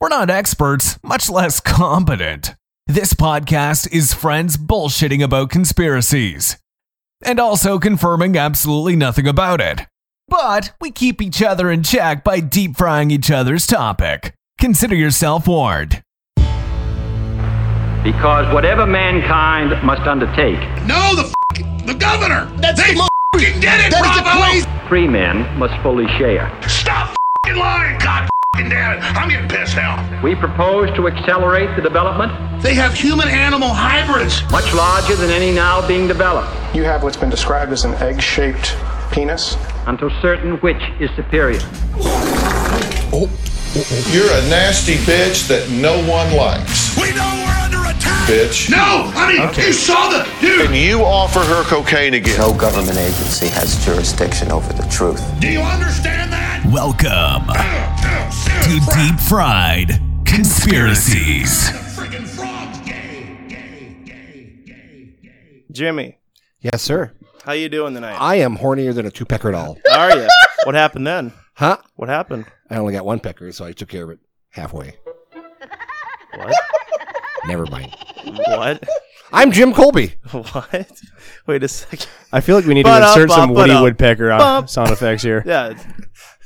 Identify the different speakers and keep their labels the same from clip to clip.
Speaker 1: We're not experts, much less competent. This podcast is friends bullshitting about conspiracies and also confirming absolutely nothing about it. But we keep each other in check by deep frying each other's topic. Consider yourself warned.
Speaker 2: Because whatever mankind must undertake,
Speaker 3: No, the f- the governor. That's they
Speaker 4: the
Speaker 3: f***ing did it,
Speaker 4: That is the
Speaker 3: Bravo.
Speaker 4: place.
Speaker 2: free men must fully share.
Speaker 3: Stop f***ing lying. God f***ing damn it. I'm getting pissed now.
Speaker 2: We propose to accelerate the development
Speaker 3: They have human-animal hybrids.
Speaker 2: much larger than any now being developed
Speaker 5: You have what's been described as an egg shaped penis.
Speaker 2: until certain which is superior.
Speaker 6: You're a nasty bitch that no one likes,
Speaker 3: We know we're under attack.
Speaker 6: bitch.
Speaker 3: No, I mean you saw the
Speaker 6: And
Speaker 3: dude.
Speaker 6: you offer her cocaine again.
Speaker 7: No government agency has jurisdiction over the truth.
Speaker 3: Do you understand that?
Speaker 1: Welcome to
Speaker 3: Dude,
Speaker 1: Deep Fried Conspiracies.
Speaker 3: Freaking frogs. Gay, gay, gay, gay, gay.
Speaker 8: Jimmy,
Speaker 4: Yes, sir.
Speaker 8: how you doing tonight?
Speaker 4: I am hornier than a two pecker doll.
Speaker 8: Are you? What happened then?
Speaker 4: Huh?
Speaker 8: What happened?
Speaker 4: I only got one pecker, so I took care of it halfway.
Speaker 8: What?
Speaker 4: Never mind.
Speaker 8: What?
Speaker 4: I'm Jim Colby.
Speaker 8: What? Wait a second.
Speaker 9: I feel like we need to
Speaker 8: Ba-da,
Speaker 9: insert some
Speaker 8: ba-ba-da.
Speaker 9: Woody Woodpecker on
Speaker 8: Bump.
Speaker 9: sound effects here.
Speaker 8: Yeah, it's-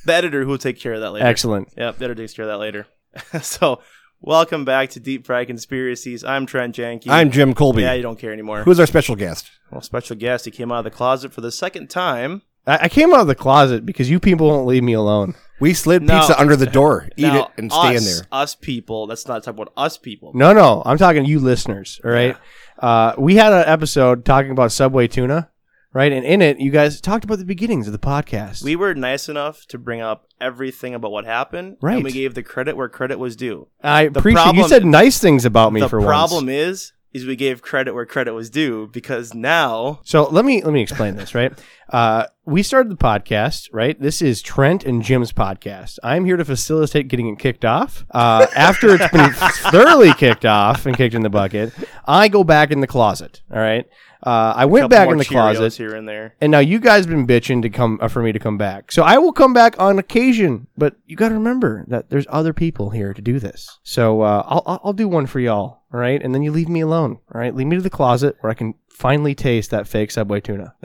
Speaker 8: the editor who will take care of that later.
Speaker 9: Excellent.
Speaker 8: Yeah, the editor takes care of that later. so, welcome back to Deep Fried Conspiracies. I'm Trent Janke.
Speaker 4: I'm Jim Colby.
Speaker 8: Yeah, you don't care anymore.
Speaker 4: Who's our special guest?
Speaker 8: well, special guest. He came out of the closet for the second time.
Speaker 9: I, I came out of the closet because you people won't leave me alone.
Speaker 4: We slid
Speaker 8: No.
Speaker 4: pizza under the door. Eat
Speaker 8: Now,
Speaker 4: it and stay in
Speaker 8: us-
Speaker 4: there.
Speaker 8: Us people. Let's not talk about us people.
Speaker 9: No, no, I'm talking you listeners. All right. Uh, we had an episode talking about Subway tuna, right? And in it, you guys talked about the beginnings of the podcast.
Speaker 8: We were nice enough to bring up everything about what happened,
Speaker 9: Right.
Speaker 8: and we gave the credit where credit was due.
Speaker 9: I
Speaker 8: the
Speaker 9: appreciate you
Speaker 8: problem-
Speaker 9: said nice things about me
Speaker 8: the
Speaker 9: for
Speaker 8: problem
Speaker 9: once.
Speaker 8: is is we gave credit where credit was due because now
Speaker 9: So let me let me explain this, right? Uh, we started the podcast, right? This is Trent and Jim's podcast. I'm here to facilitate getting it kicked off. Uh, after it's been thoroughly kicked off and kicked in the bucket, I go back in the closet. All right, uh, I
Speaker 8: a
Speaker 9: went
Speaker 8: couple
Speaker 9: back
Speaker 8: more
Speaker 9: in the
Speaker 8: Cheerios
Speaker 9: closet,
Speaker 8: here and there.
Speaker 9: and now you guys been bitching to come uh, for me to come back. So I will come back on occasion, but you got to remember that there's other people here to do this. So uh, I'll I'll- I'll do one for y'all, all right? And then you leave me alone, all right? Leave me to the closet where I can finally taste that fake Subway tuna.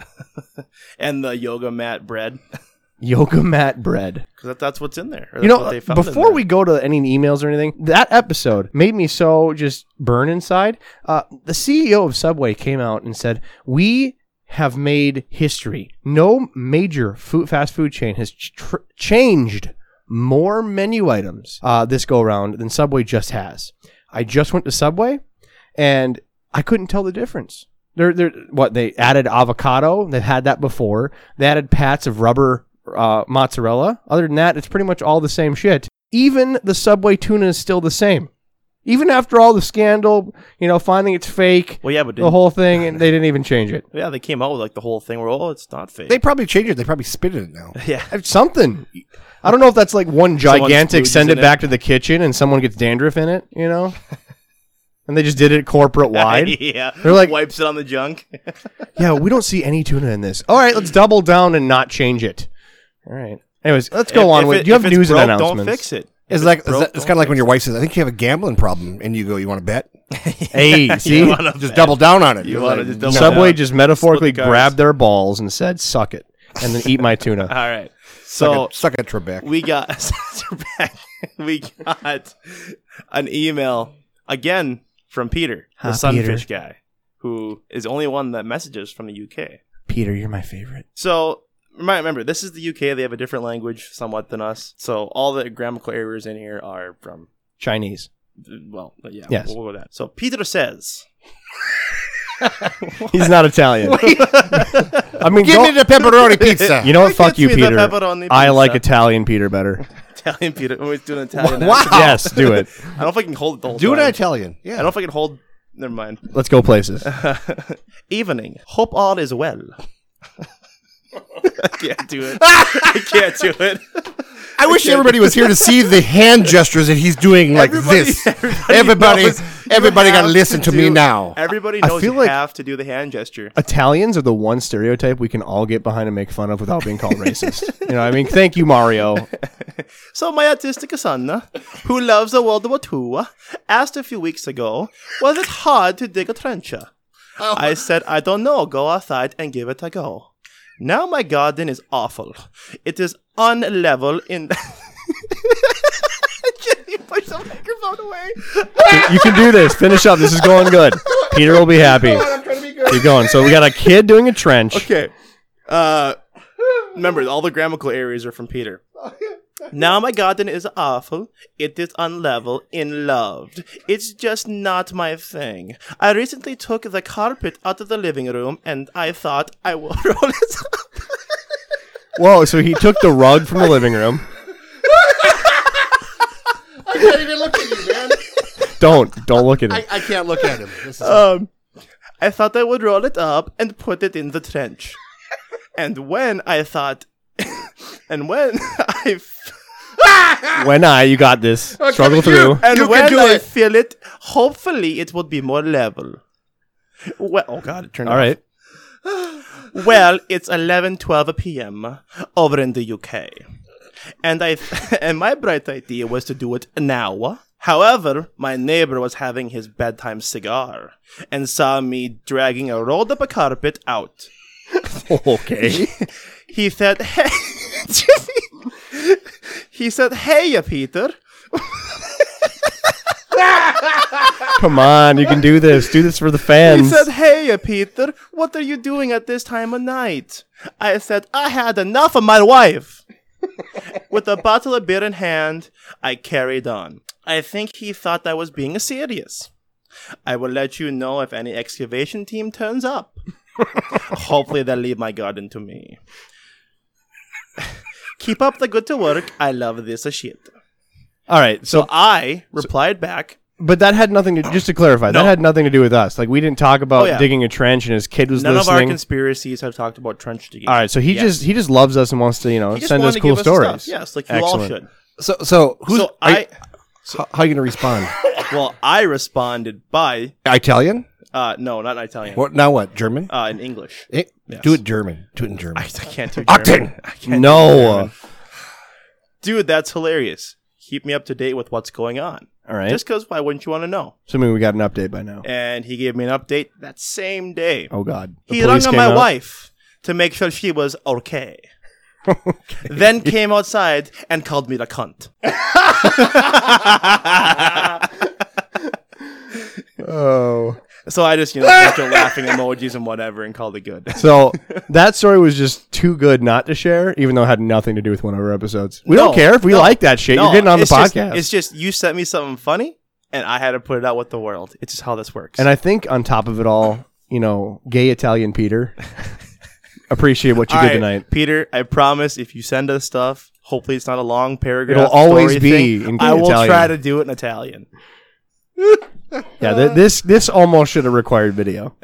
Speaker 8: And the yoga mat bread
Speaker 9: yoga mat bread.
Speaker 8: because that, that's what's in there. or that's
Speaker 9: You know, uh,
Speaker 8: what they found in
Speaker 9: before
Speaker 8: there.
Speaker 9: we go to any emails or anything, that episode made me so just burn inside. Uh, the CEO of Subway came out and said, "We have made history. No major food fast food chain has ch- tr- changed more menu items uh, this go around than Subway just has." I just went to Subway, and I couldn't tell the difference. They're, they're what they added avocado. They've had that before. They added pats of rubber uh, mozzarella. Other than that, it's pretty much all the same shit. Even the Subway tuna is still the same. Even after all the scandal, you know, finding it's fake,
Speaker 8: well, yeah, but
Speaker 9: the
Speaker 8: didn't-
Speaker 9: whole thing, and they didn't even change it.
Speaker 8: yeah, they came out with like the whole thing where oh, it's not fake.
Speaker 4: They probably changed it. They probably spit in it now.
Speaker 8: yeah,
Speaker 9: It's Something. I don't know if that's like one
Speaker 8: Someone
Speaker 9: gigantic
Speaker 8: splooges
Speaker 9: send
Speaker 8: in
Speaker 9: it
Speaker 8: it.
Speaker 9: back to the kitchen and someone gets dandruff in it, you know? and they just did it corporate wide.
Speaker 8: yeah,
Speaker 9: They're like-
Speaker 8: wipes it on the junk.
Speaker 9: yeah, we don't see any tuna in this. All right, let's double down and not change it. All right. Anyways, let's go
Speaker 8: If-
Speaker 9: on
Speaker 8: if
Speaker 9: with.
Speaker 8: it-
Speaker 9: do you
Speaker 8: if
Speaker 9: have
Speaker 8: it's
Speaker 9: news
Speaker 8: broke,
Speaker 9: and announcements?
Speaker 8: Don't fix it. If
Speaker 4: It's like
Speaker 8: broke,
Speaker 4: it's
Speaker 8: don't
Speaker 4: kind of like
Speaker 8: fix
Speaker 4: when your wife says, "I think you have a gambling problem," and you go, "You want to bet?"
Speaker 9: Hey, see,
Speaker 8: wanna
Speaker 4: Just double down on it.
Speaker 8: You
Speaker 4: You're
Speaker 8: wanna
Speaker 4: like,
Speaker 8: just double
Speaker 4: "No."
Speaker 9: Subway
Speaker 8: Yeah.
Speaker 9: just metaphorically
Speaker 8: Split the cards.
Speaker 9: grabbed their balls and said, "Suck it," and then eat my tuna.
Speaker 8: it. All right,
Speaker 4: Suck
Speaker 8: so
Speaker 4: it- suck it, Trebek.
Speaker 8: we got we got an email again from Peter, the
Speaker 9: Hi,
Speaker 8: sunfish guy, who is the only one that messages from the UK.
Speaker 9: Peter, you're my favorite.
Speaker 8: So remi- remember, this is the UK. They have a different language somewhat than us. So all the grammatical errors in here are from
Speaker 9: Chinese.
Speaker 8: well, yeah,
Speaker 9: Yes.
Speaker 8: we'll go with that. So Peter says,
Speaker 9: He's not Italian. I mean,
Speaker 4: Give
Speaker 9: don't-
Speaker 4: me the pepperoni pizza.
Speaker 9: you know what? Fuck
Speaker 8: Gets
Speaker 9: you,
Speaker 8: me the
Speaker 9: Peter.
Speaker 8: pepperoni
Speaker 9: I like
Speaker 8: pizza.
Speaker 9: Italian Peter better.
Speaker 8: Italian Peter. Oh, he's doing Italian.
Speaker 4: Wow.
Speaker 8: accent.
Speaker 9: Yes, do it.
Speaker 8: I don't know if I can hold it the whole
Speaker 4: Do an
Speaker 8: time.
Speaker 4: Italian.
Speaker 8: I
Speaker 4: Yeah.
Speaker 8: don't know if I can hold. Never mind.
Speaker 9: Let's go places.
Speaker 8: Evening. Hope all is well. I can't do it. I can't do it.
Speaker 4: I wish everybody was here to see the hand gestures that he's doing like
Speaker 8: Everybody-
Speaker 4: this.
Speaker 8: everybody
Speaker 4: Everybody,
Speaker 8: knows
Speaker 4: Everybody
Speaker 8: have
Speaker 4: gotta listen to me
Speaker 8: do-
Speaker 4: now.
Speaker 8: Everybody
Speaker 9: I
Speaker 8: knows
Speaker 9: feel
Speaker 8: you
Speaker 9: like-
Speaker 8: have to do the hand gesture.
Speaker 9: Italians are the one stereotype we can all get behind and make fun of without being called racist. You know, what I mean, thank you, Mario.
Speaker 8: So my autistic son, who loves the World War II, asked a few weeks ago, was it hard to dig a trench? I said, I don't know. Go outside and give it a go. Now my garden is awful. It is unlevel in. Jenny, push the microphone away.
Speaker 9: You can do this. Finish up. This is going good. Peter will be happy.
Speaker 8: I'm trying to be good.
Speaker 9: Keep going. So we got a kid doing a trench.
Speaker 8: Okay. Uh, remember, all the grammatical areas are from Peter. Now my garden is awful. It is unlevel in loved. It's just not my thing. I recently took the carpet out of the living room and I thought I will roll it up.
Speaker 9: Whoa! So he took the rug from the living room.
Speaker 4: I can't even look at you, man.
Speaker 9: Don't don't look at him.
Speaker 4: I can't look at him. This is
Speaker 8: I thought I would roll it up and put it in the trench. And when I thought and when I f-
Speaker 9: When I you got this. Struggle through.
Speaker 8: And
Speaker 4: You can
Speaker 8: when
Speaker 4: do
Speaker 8: I
Speaker 4: it.
Speaker 8: feel it, hopefully it would be more level. Well, oh god, it turned
Speaker 9: All
Speaker 8: off.
Speaker 9: right.
Speaker 8: Well, it's 11:12 p.m. over in the UK. And I and my bright idea was to do it now. However, my neighbor was having his bedtime cigar and saw me dragging a rolled up a carpet out.
Speaker 9: Okay.
Speaker 8: He said, "Hey, Jimmy." he said, "Hey, ya, Peter."
Speaker 9: Come on, you can do this. Do this for the
Speaker 8: He
Speaker 9: fans.
Speaker 8: said, "Hey, ya, Peter, what are you doing at this time of night?" I said, "I had enough of my wife." With a bottle of beer in hand, I carried on. I think he thought I was being serious. I will let you know if any excavation team turns up. Hopefully, they'll leave my garden to me. Keep up the good to work. I love this a shit.
Speaker 9: All right. So, uh,
Speaker 8: I replied back,
Speaker 9: but that had nothing to. Just to clarify,
Speaker 8: No.
Speaker 9: that had nothing to do with us. Like we didn't talk about
Speaker 8: Oh, yeah.
Speaker 9: digging a trench, and his kid was
Speaker 8: "None of our
Speaker 9: listening.
Speaker 8: conspiracies have talked about trench digging."
Speaker 9: All right. So he
Speaker 8: Yes.
Speaker 9: just he just loves us and wants to you know
Speaker 8: He just
Speaker 9: send
Speaker 8: wanted
Speaker 9: us
Speaker 8: to
Speaker 9: cool
Speaker 8: give
Speaker 9: stories.
Speaker 8: stuff. Yes, like you all
Speaker 9: Excellent.
Speaker 8: should.
Speaker 4: so so who's
Speaker 8: so
Speaker 4: are you-
Speaker 8: I
Speaker 4: how, how you gonna respond?
Speaker 8: well, I responded by
Speaker 4: Italian?
Speaker 8: uh no, not in Italian.
Speaker 4: What now what? German?
Speaker 8: Uh, in English.
Speaker 4: Eh,
Speaker 8: yes.
Speaker 4: Do it German. Do it in
Speaker 8: I, I
Speaker 4: German.
Speaker 8: can't do German.
Speaker 4: Octane!
Speaker 8: I can't do
Speaker 9: No.
Speaker 8: German. Dude, that's hilarious. Keep me up to date with what's going on.
Speaker 9: All right.
Speaker 8: Just cuz why wouldn't you want to know?
Speaker 9: Assuming we got an update by now.
Speaker 8: And he gave me an update that same day.
Speaker 9: Oh God. The
Speaker 8: he
Speaker 9: police
Speaker 8: rang on
Speaker 9: came
Speaker 8: my
Speaker 9: out.
Speaker 8: wife to make sure she was okay. Then came outside and called me the cunt.
Speaker 9: Oh.
Speaker 8: So I just, you know, bunch of laughing emojis and whatever and called it good.
Speaker 9: So that story was just too good not to share, even though it had nothing to do with one of our episodes. We
Speaker 8: No,
Speaker 9: don't care if we
Speaker 8: no,
Speaker 9: like that shit.
Speaker 8: no,
Speaker 9: You're getting on the
Speaker 8: it's just-
Speaker 9: podcast.
Speaker 8: it's just you sent me something funny, and I had to put it out with the world. It's just how this works.
Speaker 9: and I think on top of it all, you know, gay Italian Peter, appreciate what you
Speaker 8: All
Speaker 9: did
Speaker 8: right,
Speaker 9: tonight.
Speaker 8: Peter. I promise, if you send us stuff, hopefully it's not a long paragraph.
Speaker 9: It'll always
Speaker 8: story
Speaker 9: be
Speaker 8: thing,
Speaker 9: in
Speaker 8: I will
Speaker 9: Italian.
Speaker 8: try to do it in Italian.
Speaker 9: Yeah,
Speaker 8: Uh,
Speaker 9: th- this this almost should have required video.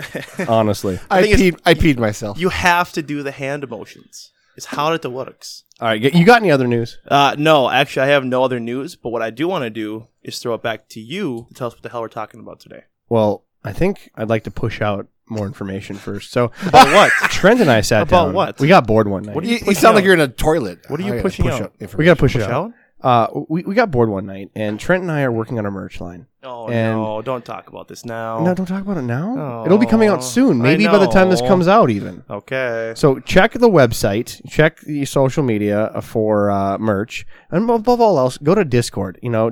Speaker 9: Honestly.
Speaker 4: I,
Speaker 8: think it's-
Speaker 4: peed I peed myself.
Speaker 8: You have to do the hand motions. It's how it works.
Speaker 9: All right, you got any other news?
Speaker 8: Uh, no, actually, I have no other news. But what I do want to do is throw it back to you to tell us what the hell we're talking about today.
Speaker 9: Well, I think I'd like to push out more information first. So about what? Trent and I sat
Speaker 8: About
Speaker 9: down.
Speaker 8: what?
Speaker 9: We got bored one night.
Speaker 8: What do
Speaker 4: you, you
Speaker 8: pushing
Speaker 4: sound like
Speaker 8: out?
Speaker 4: you're in a toilet.
Speaker 8: What are you
Speaker 4: I gotta
Speaker 8: pushing
Speaker 4: push
Speaker 8: out?
Speaker 9: we got to
Speaker 4: information.
Speaker 9: push, it
Speaker 8: Push
Speaker 9: out. Uh, we, we got bored one night, and Trent and I are working on our merch line.
Speaker 8: Oh
Speaker 9: And-
Speaker 8: no! Don't talk about this now.
Speaker 9: No, don't talk about it now. It'll be coming
Speaker 8: Oh,
Speaker 9: out soon.
Speaker 8: I
Speaker 9: Maybe by the time this
Speaker 8: know.
Speaker 9: comes out, even.
Speaker 8: Okay.
Speaker 9: So check the website, check the social media uh, for uh, merch, and above all else, go to Discord. You know,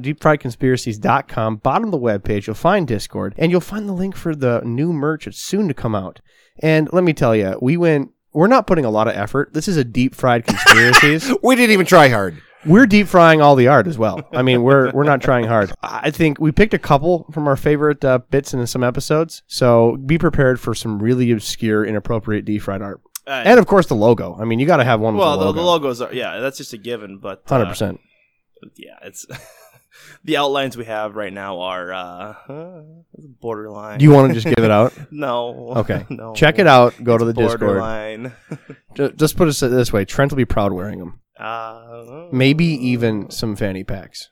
Speaker 9: deepfriedconspiracies.com, bottom of the webpage, you'll find Discord, and you'll find the link for the new merch that's soon to come out. And let me tell you, we went. We're not putting a lot of effort. This is a deep fried conspiracies.
Speaker 4: We didn't even try hard.
Speaker 9: we're deep frying all the art as well. I mean, we're we're not trying hard. I think we picked a couple from our favorite uh, bits in some episodes, so be prepared for some really obscure, inappropriate deep fried art,
Speaker 8: Alright.
Speaker 9: and of course the logo. I mean, you got to have one.
Speaker 8: Well, the,
Speaker 9: with
Speaker 8: the logos are yeah, that's just a given, but
Speaker 9: Hundred
Speaker 8: uh,
Speaker 9: percent.
Speaker 8: yeah, it's the outlines we have right now are uh, borderline.
Speaker 9: Do you want to just give it out?
Speaker 8: no?
Speaker 9: Okay.
Speaker 8: no.
Speaker 9: Check it out. Go to the Discord.
Speaker 8: borderline.
Speaker 9: Ju- Just put it this way: Trent will be proud wearing them.
Speaker 8: Uh,
Speaker 9: Maybe even some fanny packs.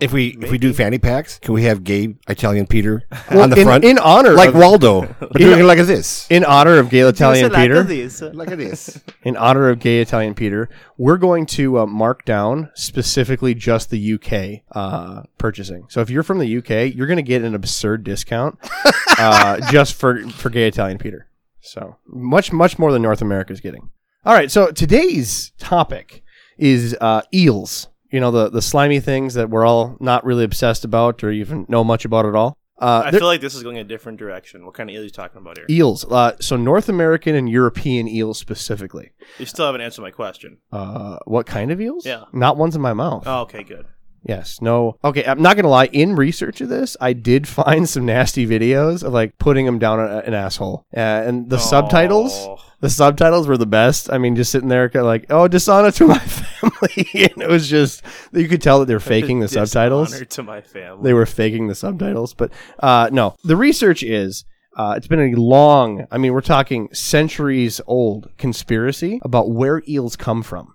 Speaker 4: If we if we do fanny packs, can we have gay Italian Peter on the
Speaker 9: in,
Speaker 4: front?
Speaker 9: in honor
Speaker 4: like
Speaker 9: of,
Speaker 4: Waldo, but doing it like this.
Speaker 9: in honor of gay Italian
Speaker 8: Just like
Speaker 9: Peter.
Speaker 8: this.
Speaker 4: Like this.
Speaker 9: in honor of gay Italian Peter, we're going to uh, mark down specifically just the UK uh, purchasing. So if you're from the UK, you're going to get an absurd discount uh, just for for gay Italian Peter. So much much more than North America is getting. All right, so today's topic is uh, eels. You know the the slimy things that we're all not really obsessed about or even know much about at all. Uh,
Speaker 8: I
Speaker 9: there-
Speaker 8: feel like this is going a different direction. What kind of eel are you talking about here?
Speaker 9: eels. Uh, so North American and European eels specifically.
Speaker 8: You still haven't answered my question.
Speaker 9: Uh, what kind of eels?
Speaker 8: Yeah.
Speaker 9: Not ones in my mouth.
Speaker 8: Oh, okay, good.
Speaker 9: Yes. No. Okay. I'm not gonna lie. In research of this, I did find some nasty videos of like putting them down a, an asshole, uh, and the subtitles.
Speaker 8: Oh.
Speaker 9: The subtitles were the best. I mean, just sitting there, kinda like, "Oh, dishonor to my family," and it was just you could tell that they're faking the
Speaker 8: Dishonor
Speaker 9: subtitles
Speaker 8: to my family.
Speaker 9: they were faking the subtitles but uh, no the research is uh, it's been a long i mean we're talking centuries old conspiracy about where eels come from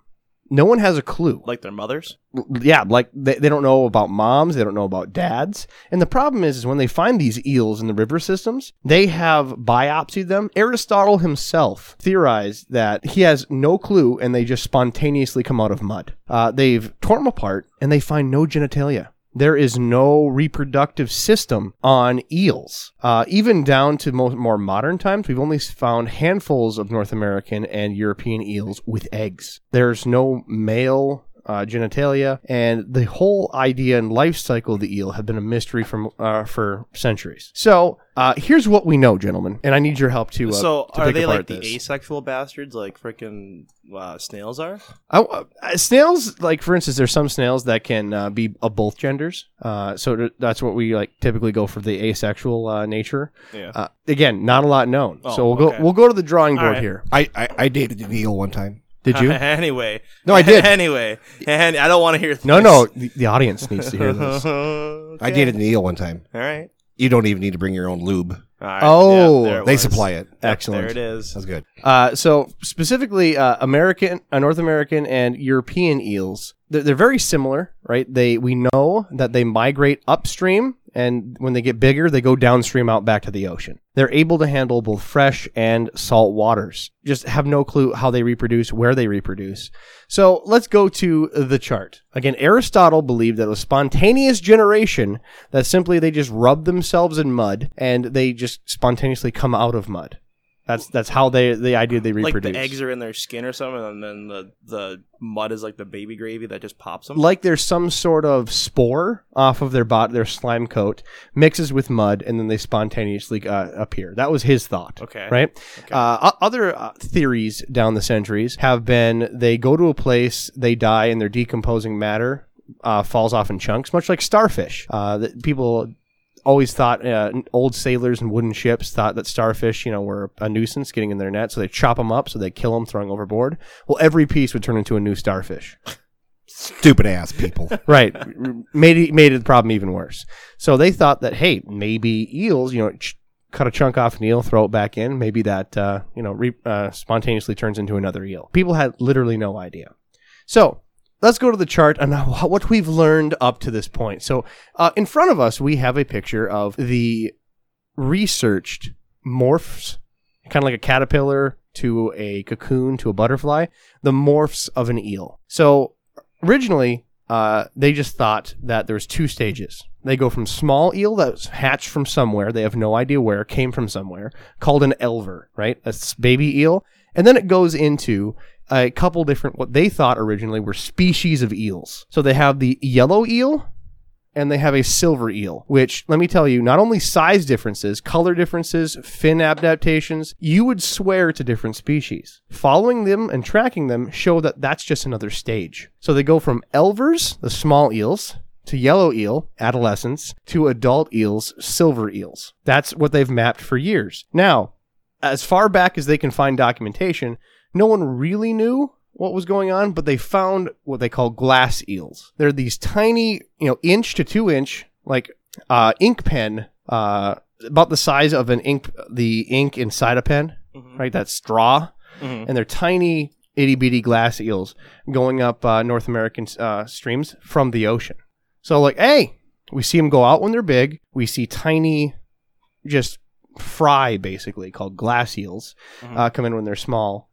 Speaker 9: no one has a clue
Speaker 8: like their mothers.
Speaker 9: yeah like they, they don't know about moms they don't know about dads and the problem is, is when they find these eels in the river systems they have biopsied them aristotle himself theorized that he has no clue and they just spontaneously come out of mud uh, they've torn them apart and they find no genitalia there is no reproductive system on eels. Uh, even down to mo- more modern times, we've only found handfuls of North American and European eels with eggs. There's no male uh, genitalia, and the whole idea and life cycle of the eel have been a mystery from uh, for centuries. So uh, here's what we know, gentlemen, and I need your help to. Uh,
Speaker 8: so
Speaker 9: to
Speaker 8: are
Speaker 9: pick
Speaker 8: they like
Speaker 9: apart
Speaker 8: the
Speaker 9: this.
Speaker 8: asexual bastards, like freaking uh, snails are?
Speaker 9: I, uh, snails, like for instance, there's some snails that can uh, be of both genders. Uh, so th- that's what we like typically go for the asexual uh, nature.
Speaker 8: Yeah.
Speaker 9: Uh, again, not a lot known.
Speaker 8: Oh,
Speaker 9: so we'll
Speaker 8: okay.
Speaker 9: go. We'll go to the drawing board
Speaker 8: right.
Speaker 9: here.
Speaker 4: I, I I dated an eel one time.
Speaker 9: Did you?
Speaker 8: anyway,
Speaker 4: No, I did.
Speaker 8: anyway, and I don't want to hear. This.
Speaker 9: no, no. The, the audience needs to hear this.
Speaker 8: okay.
Speaker 4: I dated an eel one time.
Speaker 8: All right.
Speaker 4: You don't even need to bring your own lube.
Speaker 8: All right.
Speaker 9: Oh,
Speaker 8: there it
Speaker 4: They
Speaker 8: was.
Speaker 4: supply it.
Speaker 9: Excellent.
Speaker 8: There it is.
Speaker 4: That's good.
Speaker 9: Uh, so specifically, uh, American, uh, North American, and European eels. They're, they're very similar, right? They we know that they migrate upstream, and when they get bigger, they go downstream out back to the ocean. They're able to handle both fresh and salt waters. Just have no clue how they reproduce, where they reproduce. So let's go to the chart again. Aristotle believed that it was spontaneous generation that simply they just rub themselves in mud and they just spontaneously come out of mud. That's that's how they the idea they
Speaker 8: Like
Speaker 9: reproduce.
Speaker 8: the eggs are in their skin or something, and then the the mud is like the baby gravy that just pops them.
Speaker 9: like there's some sort of spore off of their bot, their slime coat, mixes with mud, and then they spontaneously uh, appear. That was his thought.
Speaker 8: Okay.
Speaker 9: Right. Uh, o- other uh, theories down the centuries have been they go to a place, they die, and their decomposing matter uh, falls off in chunks, much like starfish. Uh, that people always thought uh, old sailors and wooden ships thought that starfish, you know, were a nuisance getting in their net, so they chop them up, so they kill them, throwing overboard. Well, every piece would turn into a new starfish.
Speaker 4: Stupid ass people.
Speaker 9: right made it, made it the problem even worse so they thought that hey maybe eels you know ch- cut a chunk off an eel throw it back in maybe that uh, you know re- uh, spontaneously turns into another eel people had literally no idea so let's go to the chart on how- what we've learned up to this point so uh, in front of us we have a picture of the researched morphs kind of like a caterpillar to a cocoon to a butterfly the morphs of an eel so originally uh, they just thought that there was two stages they go from small eel that was hatched from somewhere they have no idea where came from somewhere called an elver right that's baby eel and then it goes into a couple different what they thought originally were species of eels so they have the yellow eel and they have a silver eel, which let me tell you, not only size differences, color differences, fin adaptations, you would swear to different species. Following them and tracking them show that that's just another stage. So they go from elvers, the small eels, to yellow eel, adolescents, to adult eels, silver eels. That's what they've mapped for years. Now, as far back as they can find documentation, no one really knew what was going on, but they found what they call glass eels. They're these tiny, you know, inch to two inch, like uh, ink pen, uh, about the size of an ink, the ink inside a pen, right? That straw, and they're tiny itty bitty glass eels going up uh, North American uh, streams from the ocean. So, like, hey, we see them go out when they're big. We see tiny, just fry basically called glass eels uh, come in when they're small.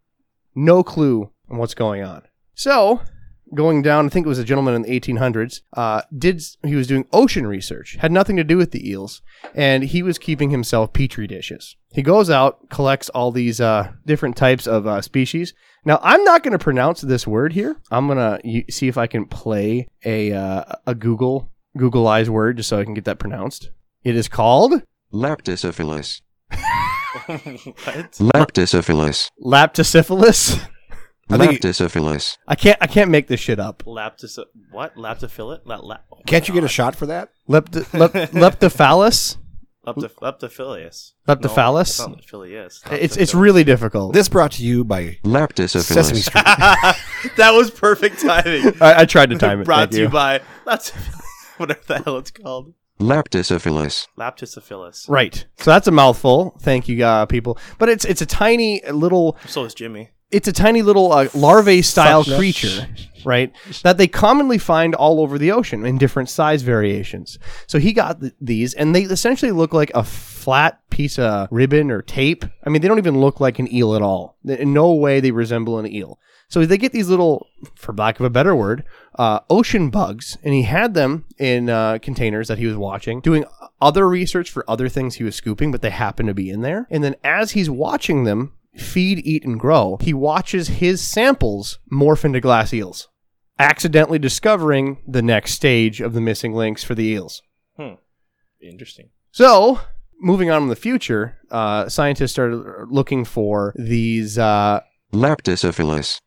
Speaker 9: No clue on what's going on. So, going down, I think it was a gentleman in the 1800s, uh, did he was doing ocean research, had nothing to do with the eels, and he was keeping himself petri dishes. He goes out, collects all these uh, different types of uh, species. Now, I'm not going to pronounce this word here. I'm gonna y- see if I can play a uh, a Google Googleize word just so I can get that pronounced. It is called
Speaker 10: Leptosyphilis.
Speaker 8: what?
Speaker 10: Leptosyphilis.
Speaker 9: Laptosyphilis.
Speaker 4: I think-
Speaker 10: Leptosyphilis.
Speaker 9: I can't I can't make this shit up.
Speaker 8: Laptis. What? Laptophilet? La- la- oh my
Speaker 4: Can't you get a
Speaker 8: God.
Speaker 4: shot for that?
Speaker 9: Lepto, lep, leptophallus.
Speaker 8: Leptoph- Leptophilius.
Speaker 9: Leptophallus?
Speaker 8: No, Leptophilius.
Speaker 9: It's it's really difficult.
Speaker 4: This brought to you by Sesame
Speaker 10: Leptosyphilis.
Speaker 4: Street.
Speaker 8: that was perfect timing.
Speaker 9: I, I tried to time it.
Speaker 8: Brought
Speaker 9: thank
Speaker 8: to you by Laptophilus. Whatever the hell it's called.
Speaker 10: Leptosyphilis.
Speaker 8: Laptosophilus.
Speaker 9: Right. So that's a mouthful. Thank you, uh, people. But it's it's a tiny little
Speaker 8: So is Jimmy.
Speaker 9: it's a tiny little uh, larvae style
Speaker 4: Fuck no.
Speaker 9: creature, right? That they commonly find all over the ocean in different size variations. So he got th- these, and they essentially look like a flat piece of ribbon or tape. I mean, they don't even look like an eel at all. Th- In no way they resemble an eel. So they get these little, for lack of a better word, uh, ocean bugs, and he had them in uh, containers that he was watching, doing other research for other things he was scooping, but they happened to be in there. And then as he's watching them feed, eat, and grow, he watches his samples morph into glass eels, accidentally discovering the next stage of the missing links for the eels.
Speaker 8: Interesting.
Speaker 9: So, moving on in the future, uh, scientists started looking for these. Uh,
Speaker 10: Leptosyphilis.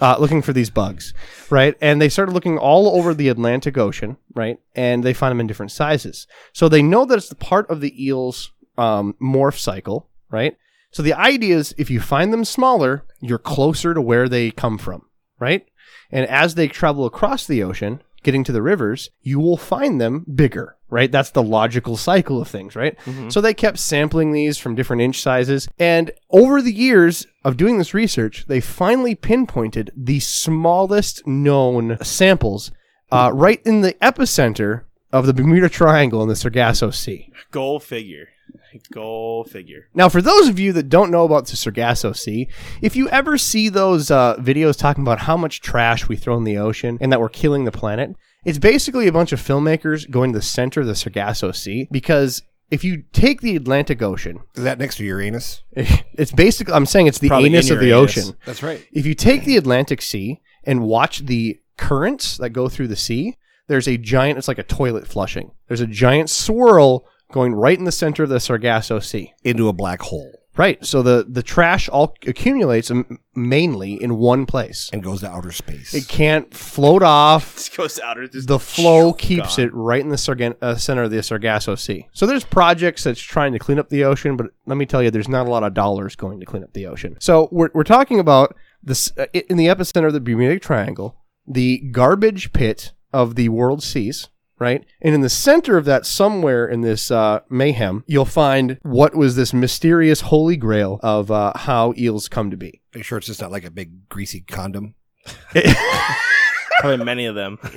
Speaker 9: uh, looking for these bugs, right? And they started looking all over the Atlantic Ocean, right? And they find them in different sizes. So they know that it's the part of the eel's um, morph cycle, right? So the idea is if you find them smaller, you're closer to where they come from, right? And as they travel across the ocean, getting to the rivers, you will find them bigger, right? That's the logical cycle of things, right? So they kept sampling these from different inch sizes. And over the years of doing this research, they finally pinpointed the smallest known samples uh, right in the epicenter of the Bermuda Triangle in the Sargasso Sea.
Speaker 8: Go figure. Go figure.
Speaker 9: Now, for those of you that don't know about the Sargasso Sea, if you ever see those uh, videos talking about how much trash we throw in the ocean and that we're killing the planet, it's basically a bunch of filmmakers going to the center of the Sargasso Sea because if you take the Atlantic Ocean,
Speaker 4: Is that next to Uranus?
Speaker 9: it's basically, I'm saying it's the
Speaker 8: Probably
Speaker 9: anus
Speaker 8: in
Speaker 9: of the
Speaker 8: your anus.
Speaker 9: ocean.
Speaker 4: That's right.
Speaker 9: If you take the Atlantic Sea and watch the currents that go through the sea, there's a giant, it's like a toilet flushing. There's a giant swirl going right in the center of the Sargasso Sea.
Speaker 4: Into a black hole
Speaker 9: Right. So the the trash all accumulates m- mainly in one place.
Speaker 4: and goes to outer space.
Speaker 9: It can't float off.
Speaker 8: This goes out or just
Speaker 9: The flow keeps it right in the Sargan- uh, center of the Sargasso Sea. So there's projects that's trying to clean up the ocean, but let me tell you, there's not a lot of dollars going to clean up the ocean. So we're, we're talking about this uh, i- in the epicenter of the Bermuda Triangle, the garbage pit of the world seas, right? And in the center of that, somewhere in this uh, mayhem, you'll find what was this mysterious holy grail of uh, how eels come to be.
Speaker 4: Are you sure it's just not like a big greasy condom?
Speaker 8: Probably many of them.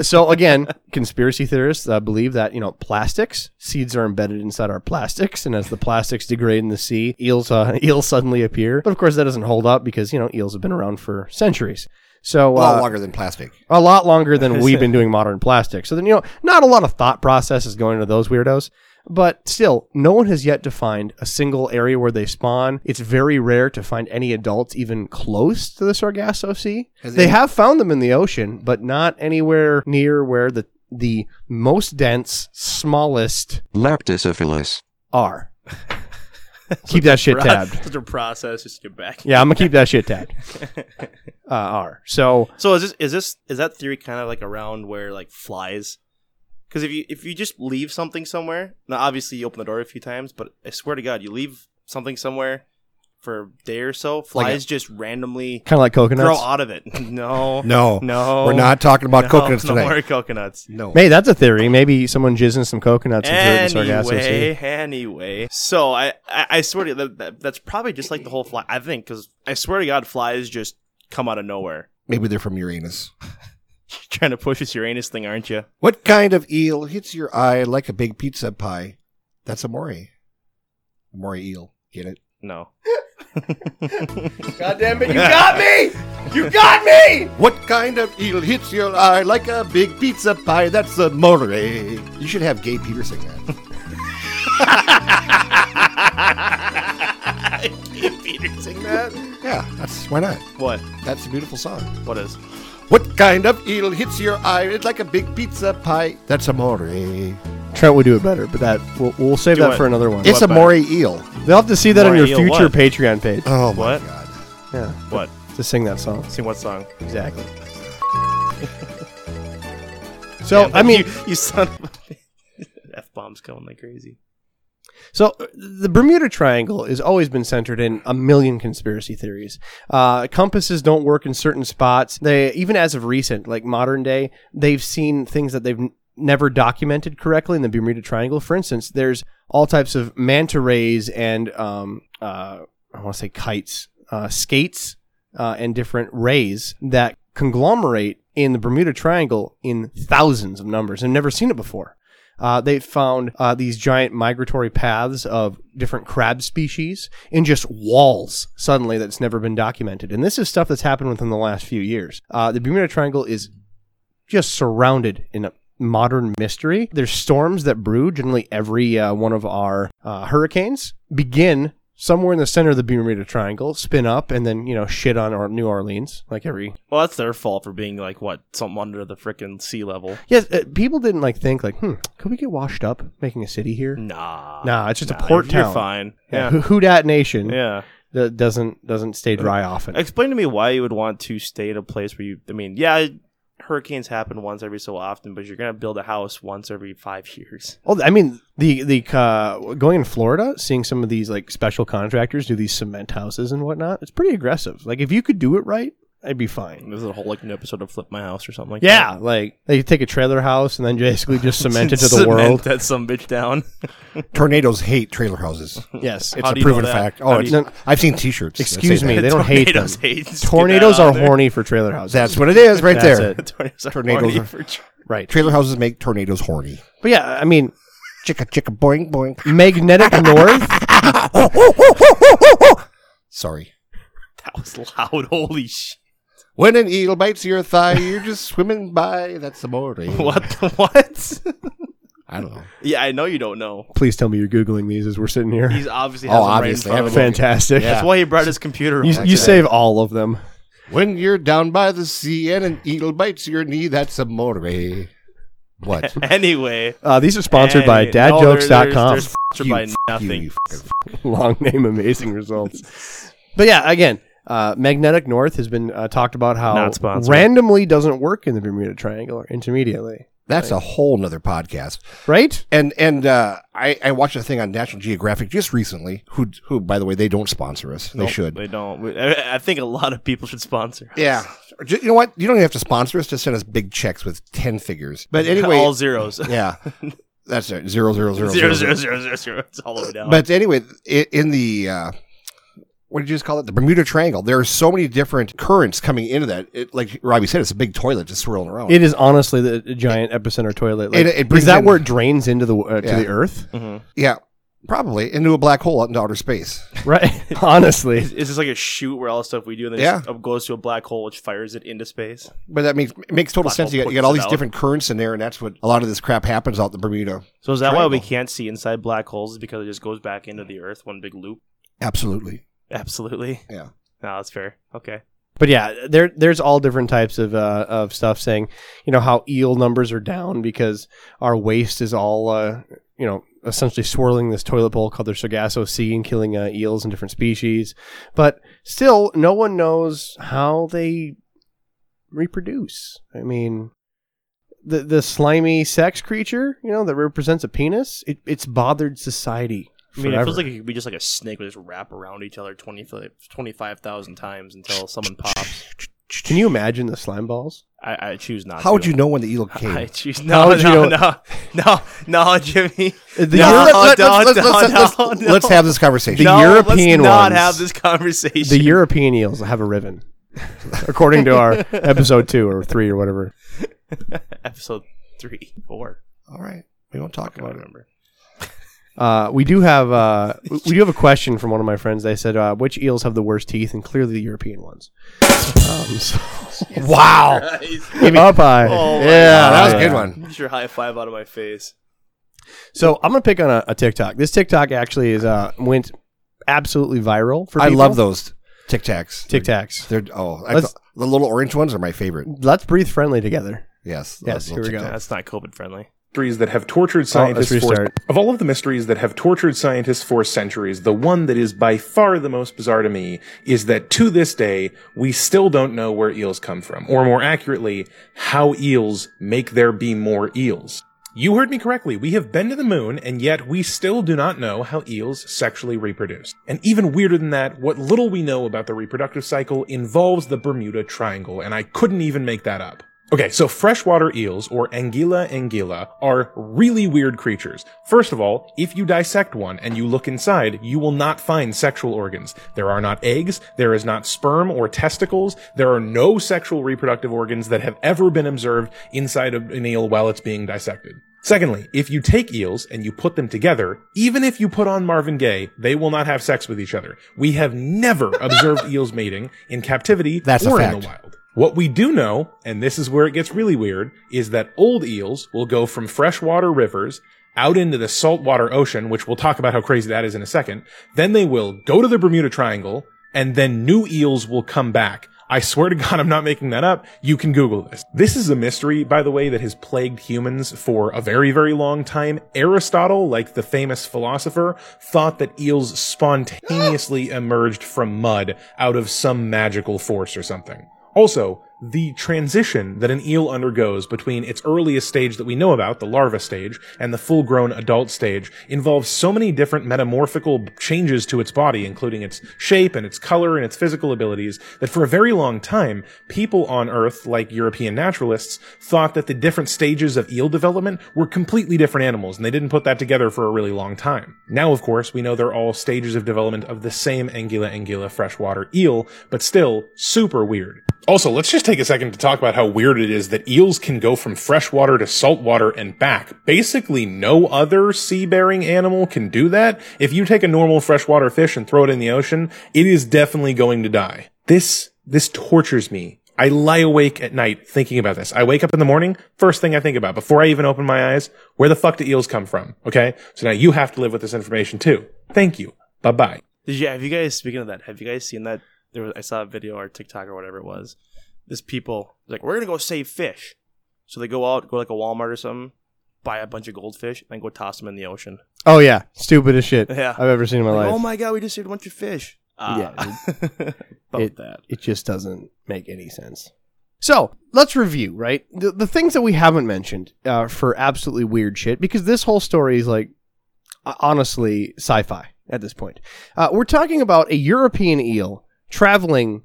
Speaker 9: So again, conspiracy theorists uh, believe that you know plastics seeds are embedded inside our plastics, and as the plastics degrade in the sea, eels uh, eels suddenly appear. But of course, that doesn't hold up because you know eels have been around for centuries. So
Speaker 4: A lot
Speaker 9: uh,
Speaker 4: longer than plastic.
Speaker 9: a lot longer than we've been doing modern plastic. So then you know not a lot of thought process is going into those weirdos. But still, no one has yet to find a single area where they spawn. It's very rare to find any adults even close to the Sargasso Sea.
Speaker 4: Has
Speaker 9: they
Speaker 4: any-
Speaker 9: have found them in the ocean, but not anywhere near where the the most dense, smallest
Speaker 10: Leptosyphilis.
Speaker 9: are. Keep that shit tabbed.
Speaker 8: Such a process. Just get back.
Speaker 9: Yeah, I'm gonna keep that shit tabbed. Uh, are so
Speaker 8: So is this is this is that theory kind of like around where like flies? Because if you if you just leave something somewhere, now obviously you open the door a few times, but I swear to God, you leave something somewhere, for a day or so,
Speaker 4: Like a-
Speaker 8: flies just randomly
Speaker 9: Kind of like coconuts.
Speaker 8: grow out of it. No,
Speaker 4: No.
Speaker 8: no,
Speaker 4: We're not talking about
Speaker 8: no,
Speaker 4: coconuts
Speaker 8: no
Speaker 4: today.
Speaker 8: more coconuts.
Speaker 4: No.
Speaker 9: Hey, that's a theory. Maybe someone jizzed in some coconuts and turned into sargasso
Speaker 8: Anyway,
Speaker 9: sea.
Speaker 8: anyway, so I, I, I swear to you, that, that, that's probably just like the whole fly. I think because I swear to God, flies just come out of nowhere.
Speaker 4: Maybe they're from Uranus.
Speaker 8: You're trying to push this Uranus thing, aren't you?
Speaker 4: What kind of eel hits your eye like a big pizza pie? That's a moray. Moray eel. Get it?
Speaker 8: No.
Speaker 4: God damn it, you got me! You got me! What kind of eel hits your eye like a big pizza pie? That's a moray. You should have Gay Peter sing that.
Speaker 8: Peter sing that?
Speaker 4: yeah, that's why not?
Speaker 8: What?
Speaker 4: That's a beautiful song.
Speaker 8: What is?
Speaker 4: What kind of eel hits your eye? It's like a big pizza pie. That's a moray.
Speaker 9: Trent would do it better, but that we'll, we'll save
Speaker 8: Do
Speaker 9: that
Speaker 8: it.
Speaker 9: for another one.
Speaker 4: It's a
Speaker 8: better?
Speaker 4: moray eel.
Speaker 9: They'll have to see that on
Speaker 8: More
Speaker 9: your
Speaker 8: eel
Speaker 9: future
Speaker 8: what?
Speaker 9: Patreon page.
Speaker 4: Oh my
Speaker 8: What?
Speaker 4: god.
Speaker 9: yeah,
Speaker 8: What?
Speaker 9: to sing that song.
Speaker 8: Sing what song?
Speaker 9: Exactly. so
Speaker 8: Damn,
Speaker 9: I mean,
Speaker 8: you, you son of a f bombs coming like crazy.
Speaker 9: So uh, the Bermuda Triangle has always been centered in a million conspiracy theories. Uh, compasses don't work in certain spots. They even as of recent, like modern day, they've seen things that they've n- never documented correctly in the Bermuda Triangle. For instance, there's all types of manta rays and um, uh, I want to say kites, uh, skates, uh, and different rays that conglomerate in the Bermuda Triangle in thousands of numbers. I've never seen it before. Uh, they found uh, these giant migratory paths of different crab species in just walls suddenly that's never been documented. And this is stuff that's happened within the last few years. Uh, the Bermuda Triangle is just surrounded in a modern mystery. There's storms that brew. Generally, every uh, one of our uh, hurricanes begin somewhere in the center of the Bermuda Triangle, spin up, and then you know shit on our New Orleans like every
Speaker 8: Well, that's their fault for being like what something under the frickin' sea level.
Speaker 9: yes. Uh, people didn't like think like, hmm, could we get washed up making a city here?
Speaker 8: Nah,
Speaker 9: Nah, it's just a
Speaker 8: Mm. Nah,
Speaker 9: port
Speaker 8: you're,
Speaker 9: town.
Speaker 8: You're fine.
Speaker 9: Yeah.
Speaker 8: yeah.
Speaker 9: Who dat nation
Speaker 8: yeah. Uh,
Speaker 9: that doesn't doesn't stay dry often.
Speaker 8: Explain to me why you would want to stay at a place where you. I mean, yeah, hurricanes happen once every so often, but you're gonna build a house once every five years.
Speaker 9: Well, I mean the the uh, going in Florida, seeing some of these like special contractors do these cement houses and whatnot. It's pretty aggressive. Like if you could do it right, I'd be fine.
Speaker 8: There's a whole like an episode of Flip My House or something like
Speaker 9: Yeah,
Speaker 8: that.
Speaker 9: like they take a trailer house and then basically just cement it to the
Speaker 8: Cement
Speaker 9: world.
Speaker 8: That some bitch down.
Speaker 4: Tornadoes hate trailer houses.
Speaker 9: Yes,
Speaker 4: It's
Speaker 8: How
Speaker 4: a
Speaker 8: do you know
Speaker 4: proven
Speaker 8: that?
Speaker 4: fact.
Speaker 8: How
Speaker 4: Oh,
Speaker 8: do
Speaker 4: it's,
Speaker 9: you- No,
Speaker 4: I've seen T-shirts. that
Speaker 9: excuse
Speaker 4: say
Speaker 9: me,
Speaker 4: that.
Speaker 9: they don't hate them.
Speaker 8: Tornadoes hate- just get
Speaker 9: Tornadoes
Speaker 8: that out
Speaker 9: are
Speaker 8: there.
Speaker 9: horny for trailer houses.
Speaker 4: That's what it is, right
Speaker 9: That's
Speaker 4: there.
Speaker 9: it.
Speaker 8: tornadoes are
Speaker 4: Tornadoes
Speaker 8: horny
Speaker 4: are-
Speaker 8: for tr-
Speaker 9: Right,
Speaker 4: Trailer houses make tornadoes horny.
Speaker 9: but yeah, I mean
Speaker 4: Chicka chicka boing boing.
Speaker 9: magnetic north.
Speaker 4: Sorry.
Speaker 8: That was loud. Holy shit!
Speaker 4: When an eel bites your thigh, you're just swimming by. That's the moray.
Speaker 8: What? the- What?
Speaker 4: I don't know.
Speaker 8: yeah, I know you don't know.
Speaker 9: Please tell me you're googling these as we're sitting here.
Speaker 8: He's obviously
Speaker 4: Oh,
Speaker 8: has oh,
Speaker 4: obviously,
Speaker 8: Right in front of
Speaker 4: haven't
Speaker 8: him.
Speaker 9: Fantastic.
Speaker 4: Yeah.
Speaker 8: That's why he brought his computer.
Speaker 9: You,
Speaker 8: over.
Speaker 9: you save all of them.
Speaker 4: When you're down by the sea and an eel bites your knee, that's a eh? moray. What?
Speaker 8: anyway,
Speaker 9: Uh, these are sponsored
Speaker 8: Any-
Speaker 9: by
Speaker 8: no, they're- they're-
Speaker 9: dadjokes.com.
Speaker 8: They're sponsored
Speaker 4: You
Speaker 8: by
Speaker 4: f-
Speaker 8: nothing.
Speaker 4: You fucking
Speaker 9: Long name, amazing results. but yeah, again, uh, magnetic north has been uh, talked about how
Speaker 8: Not sponsored.
Speaker 9: randomly doesn't work in the Bermuda Triangle or intermediately,
Speaker 4: That's a whole nother podcast.
Speaker 9: right?
Speaker 4: And and uh, I, I watched a thing on National Geographic just recently. Who who by the way they don't sponsor us. They
Speaker 8: Nope,
Speaker 4: should.
Speaker 8: They don't. We- I I think a lot of people should sponsor. us.
Speaker 4: yeah. Or ju- You know what? You don't even have to sponsor us. Just send us big checks with ten figures. But anyway,
Speaker 8: all zeros.
Speaker 4: yeah, that's it. Zero zero zero
Speaker 8: Zero, zero, zero, zero, zero. It's all the way down.
Speaker 4: But anyway, i- in the uh, what did you just call it? The Bermuda Triangle. There are so many different currents coming into that. It, like Robbie said, it's a big toilet just swirling around.
Speaker 9: It is honestly the the giant epicenter toilet. Like,
Speaker 4: Oh. It- it brings
Speaker 9: is that
Speaker 4: in-
Speaker 9: where it drains into the uh, to
Speaker 4: Yeah.
Speaker 9: the earth?
Speaker 4: yeah, probably into a black hole out into outer space.
Speaker 9: right. honestly,
Speaker 8: is is this like a shoot where all the stuff we do and then
Speaker 4: Yeah.
Speaker 8: it just goes to a black hole which fires it into space?
Speaker 4: But that makes it makes total
Speaker 8: Black
Speaker 4: sense.
Speaker 8: hole
Speaker 4: You got, you got all
Speaker 8: puts it
Speaker 4: these
Speaker 8: out.
Speaker 4: different currents in there, and that's what a lot of this crap happens out in the Bermuda.
Speaker 8: So is that why we
Speaker 4: Triangle.
Speaker 8: can't see inside black holes? Is because it just goes back into the Earth one big loop?
Speaker 4: Absolutely.
Speaker 8: Absolutely.
Speaker 4: Yeah.
Speaker 8: No, that's fair. Okay.
Speaker 9: but yeah, there there's all different types of uh, of stuff saying, you know, how eel numbers are down because our waste is all, uh, you know, essentially swirling this toilet bowl called the Sargasso Sea and killing uh, eels and different species. But still, no one knows how they reproduce. I mean, the the slimy sex creature, you know, that represents a penis, it, it's bothered society
Speaker 8: I mean, it
Speaker 9: forever.
Speaker 8: feels like it could be just like a snake would just wrap around each other 25 25,000 times until someone pops.
Speaker 9: Can you imagine the slime balls?
Speaker 8: I, I choose not.
Speaker 4: How
Speaker 8: to.
Speaker 4: would you know when the eel came?
Speaker 8: I choose
Speaker 9: How
Speaker 8: no,
Speaker 9: would you
Speaker 8: no,
Speaker 9: know-
Speaker 8: no, no, no, Jimmy.
Speaker 9: The-
Speaker 8: no,
Speaker 4: let-
Speaker 9: Let-
Speaker 8: no,
Speaker 4: let's-
Speaker 8: no,
Speaker 4: let's- let's-
Speaker 8: no,
Speaker 4: let's-
Speaker 8: no.
Speaker 4: let's have this conversation.
Speaker 9: The
Speaker 8: No,
Speaker 9: European
Speaker 8: let's not
Speaker 9: ones.
Speaker 8: have this conversation.
Speaker 9: The European eels have a ribbon, according to our episode two or three or whatever.
Speaker 8: episode three, four.
Speaker 4: All right. We won't talk
Speaker 8: I don't
Speaker 4: about it.
Speaker 8: remember.
Speaker 9: Uh, we do have uh, we we do have a question from one of my friends. They said, uh, "Which eels have the worst teeth?" And clearly, the European ones. Um, so
Speaker 4: Wow.
Speaker 9: Popeye.
Speaker 8: Oh my
Speaker 4: yeah, that was
Speaker 9: God.
Speaker 4: a good one.
Speaker 8: Get your high five out of my face.
Speaker 9: So I'm gonna pick on a, a TikTok. This TikTok actually is uh, went absolutely viral for.
Speaker 4: I
Speaker 9: people.
Speaker 4: love those Tic Tacs.
Speaker 9: Tic Tacs.
Speaker 4: They're oh, I
Speaker 9: Let's-
Speaker 4: thought- the little orange ones are my favorite.
Speaker 9: Let's breathe friendly together.
Speaker 4: Yes.
Speaker 9: Yes,
Speaker 4: those
Speaker 9: here we
Speaker 4: little
Speaker 9: go.
Speaker 4: Tic Tacs.
Speaker 8: That's not COVID friendly.
Speaker 11: mysteries that have tortured
Speaker 9: Oh, let's
Speaker 11: scientists for
Speaker 9: restart.
Speaker 11: of all of the mysteries that have tortured scientists for centuries, the one that is by far the most bizarre to me is that to this day we still don't know where eels come from, or more accurately, how eels make there be more eels. You heard me correctly. We have been to the moon, and yet we still do not know how eels sexually reproduce. And even weirder than that, what little we know about the reproductive cycle involves the Bermuda Triangle, and I couldn't even make that up. Okay, so freshwater eels, or Anguilla anguilla, are really weird creatures. First of all, if you dissect one and you look inside, you will not find sexual organs. There are not eggs, there is not sperm or testicles, there are no sexual reproductive organs that have ever been observed inside of an eel while it's being dissected. Secondly, if you take eels and you put them together, even if you put on Marvin Gaye, they will not have sex with each other. We have never observed eels mating in captivity
Speaker 4: That's a
Speaker 11: or in
Speaker 4: fact.
Speaker 11: the wild. What we do know, and this is where it gets really weird, is that old eels will go from freshwater rivers out into the saltwater ocean, which we'll talk about how crazy that is in a second. Then they will go to the Bermuda Triangle, and then new eels will come back. I swear to God, I'm not making that up. You can Google this. This is a mystery, by the way, that has plagued humans for a very, very long time. Aristotle, like the famous philosopher, thought that eels spontaneously emerged from mud out of some magical force or something. Also, the transition that an eel undergoes between its earliest stage that we know about, the larva stage, and the full grown adult stage involves so many different metamorphical changes to its body, including its shape and its color and its physical abilities, that for a very long time, people on Earth, like European naturalists, thought that the different stages of eel development were completely different animals, and they didn't put that together for a really long time. Now, of course, we know they're all stages of development of the same Anguilla anguilla freshwater eel, but still super weird. Also, let's just take a second to talk about how weird it is that eels can go from freshwater to saltwater and back. Basically, no other sea bearing animal can do that. If you take a normal freshwater fish and throw it in the ocean, it is definitely going to die. This, this tortures me. I lie awake at night thinking about this. I wake up in the morning, first thing I think about before I even open my eyes, where the fuck do eels come from? Okay? So now you have to live with this information too. Thank you. Bye bye.
Speaker 8: Did you have you guys speaking of that? Have you guys seen that? There was I saw a video or TikTok or whatever it was. This people like we're gonna go save fish, so they go out go to like a Walmart or something, buy a bunch of goldfish and go toss them in the ocean.
Speaker 9: Oh yeah, stupid as shit
Speaker 8: Yeah.
Speaker 9: I've ever seen in my
Speaker 8: Like,
Speaker 9: life.
Speaker 8: oh my god, we just saved a bunch of fish. Ah. about
Speaker 9: it,
Speaker 8: that.
Speaker 9: It just doesn't make any sense. So let's review, right? The, the things that we haven't mentioned uh, for absolutely weird shit, because this whole story is like uh, honestly sci fi at this point. Uh, we're talking about a European eel traveling,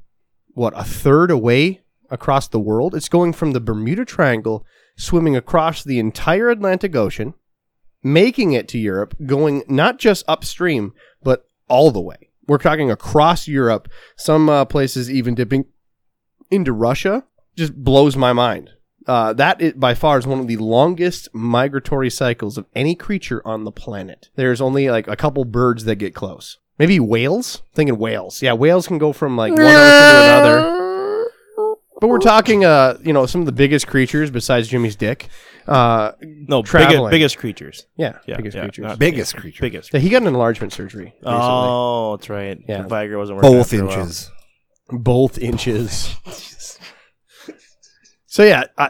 Speaker 9: what, a third away across the world? It's going from the Bermuda Triangle, swimming across the entire Atlantic Ocean, making it to Europe, going not just upstream, but all the way. We're talking across Europe, some uh, places even dipping into Russia. Just blows my mind. Uh, that is, by far is one of the longest migratory cycles of any creature on the planet. There's only like a couple birds that get close. Maybe whales? Thinking whales. Yeah, whales can go from like one ocean to another. But we're talking, uh, you know, some of the biggest creatures besides Jimmy's dick. Uh,
Speaker 8: No, biggest,
Speaker 9: Traveling.
Speaker 8: biggest createst
Speaker 9: yeah,
Speaker 8: Yeah,
Speaker 9: biggest
Speaker 8: yeah,
Speaker 9: creatures.
Speaker 8: not-
Speaker 4: Biggest creature.
Speaker 8: Biggest.
Speaker 9: Yeah, he got an enlargement surgery. Recently.
Speaker 8: Oh, that's right.
Speaker 9: Yeah.
Speaker 8: The Viagra wasn't working.
Speaker 4: Both
Speaker 8: after a while.
Speaker 4: inches.
Speaker 9: both inches. so yeah, I,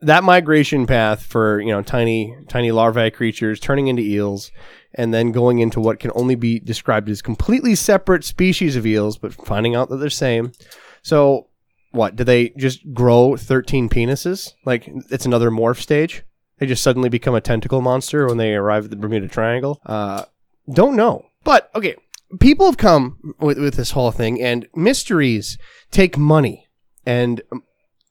Speaker 9: that migration path for you know tiny tiny larvae creatures turning into eels and then going into what can only be described as completely separate species of eels, but finding out that they're same. So what do they just grow thirteen penises? Like it's another morph stage. They just suddenly become a tentacle monster when they arrive at the Bermuda Triangle. Uh, Don't know. But okay, people have come with, with this whole thing, and mysteries take money, and um,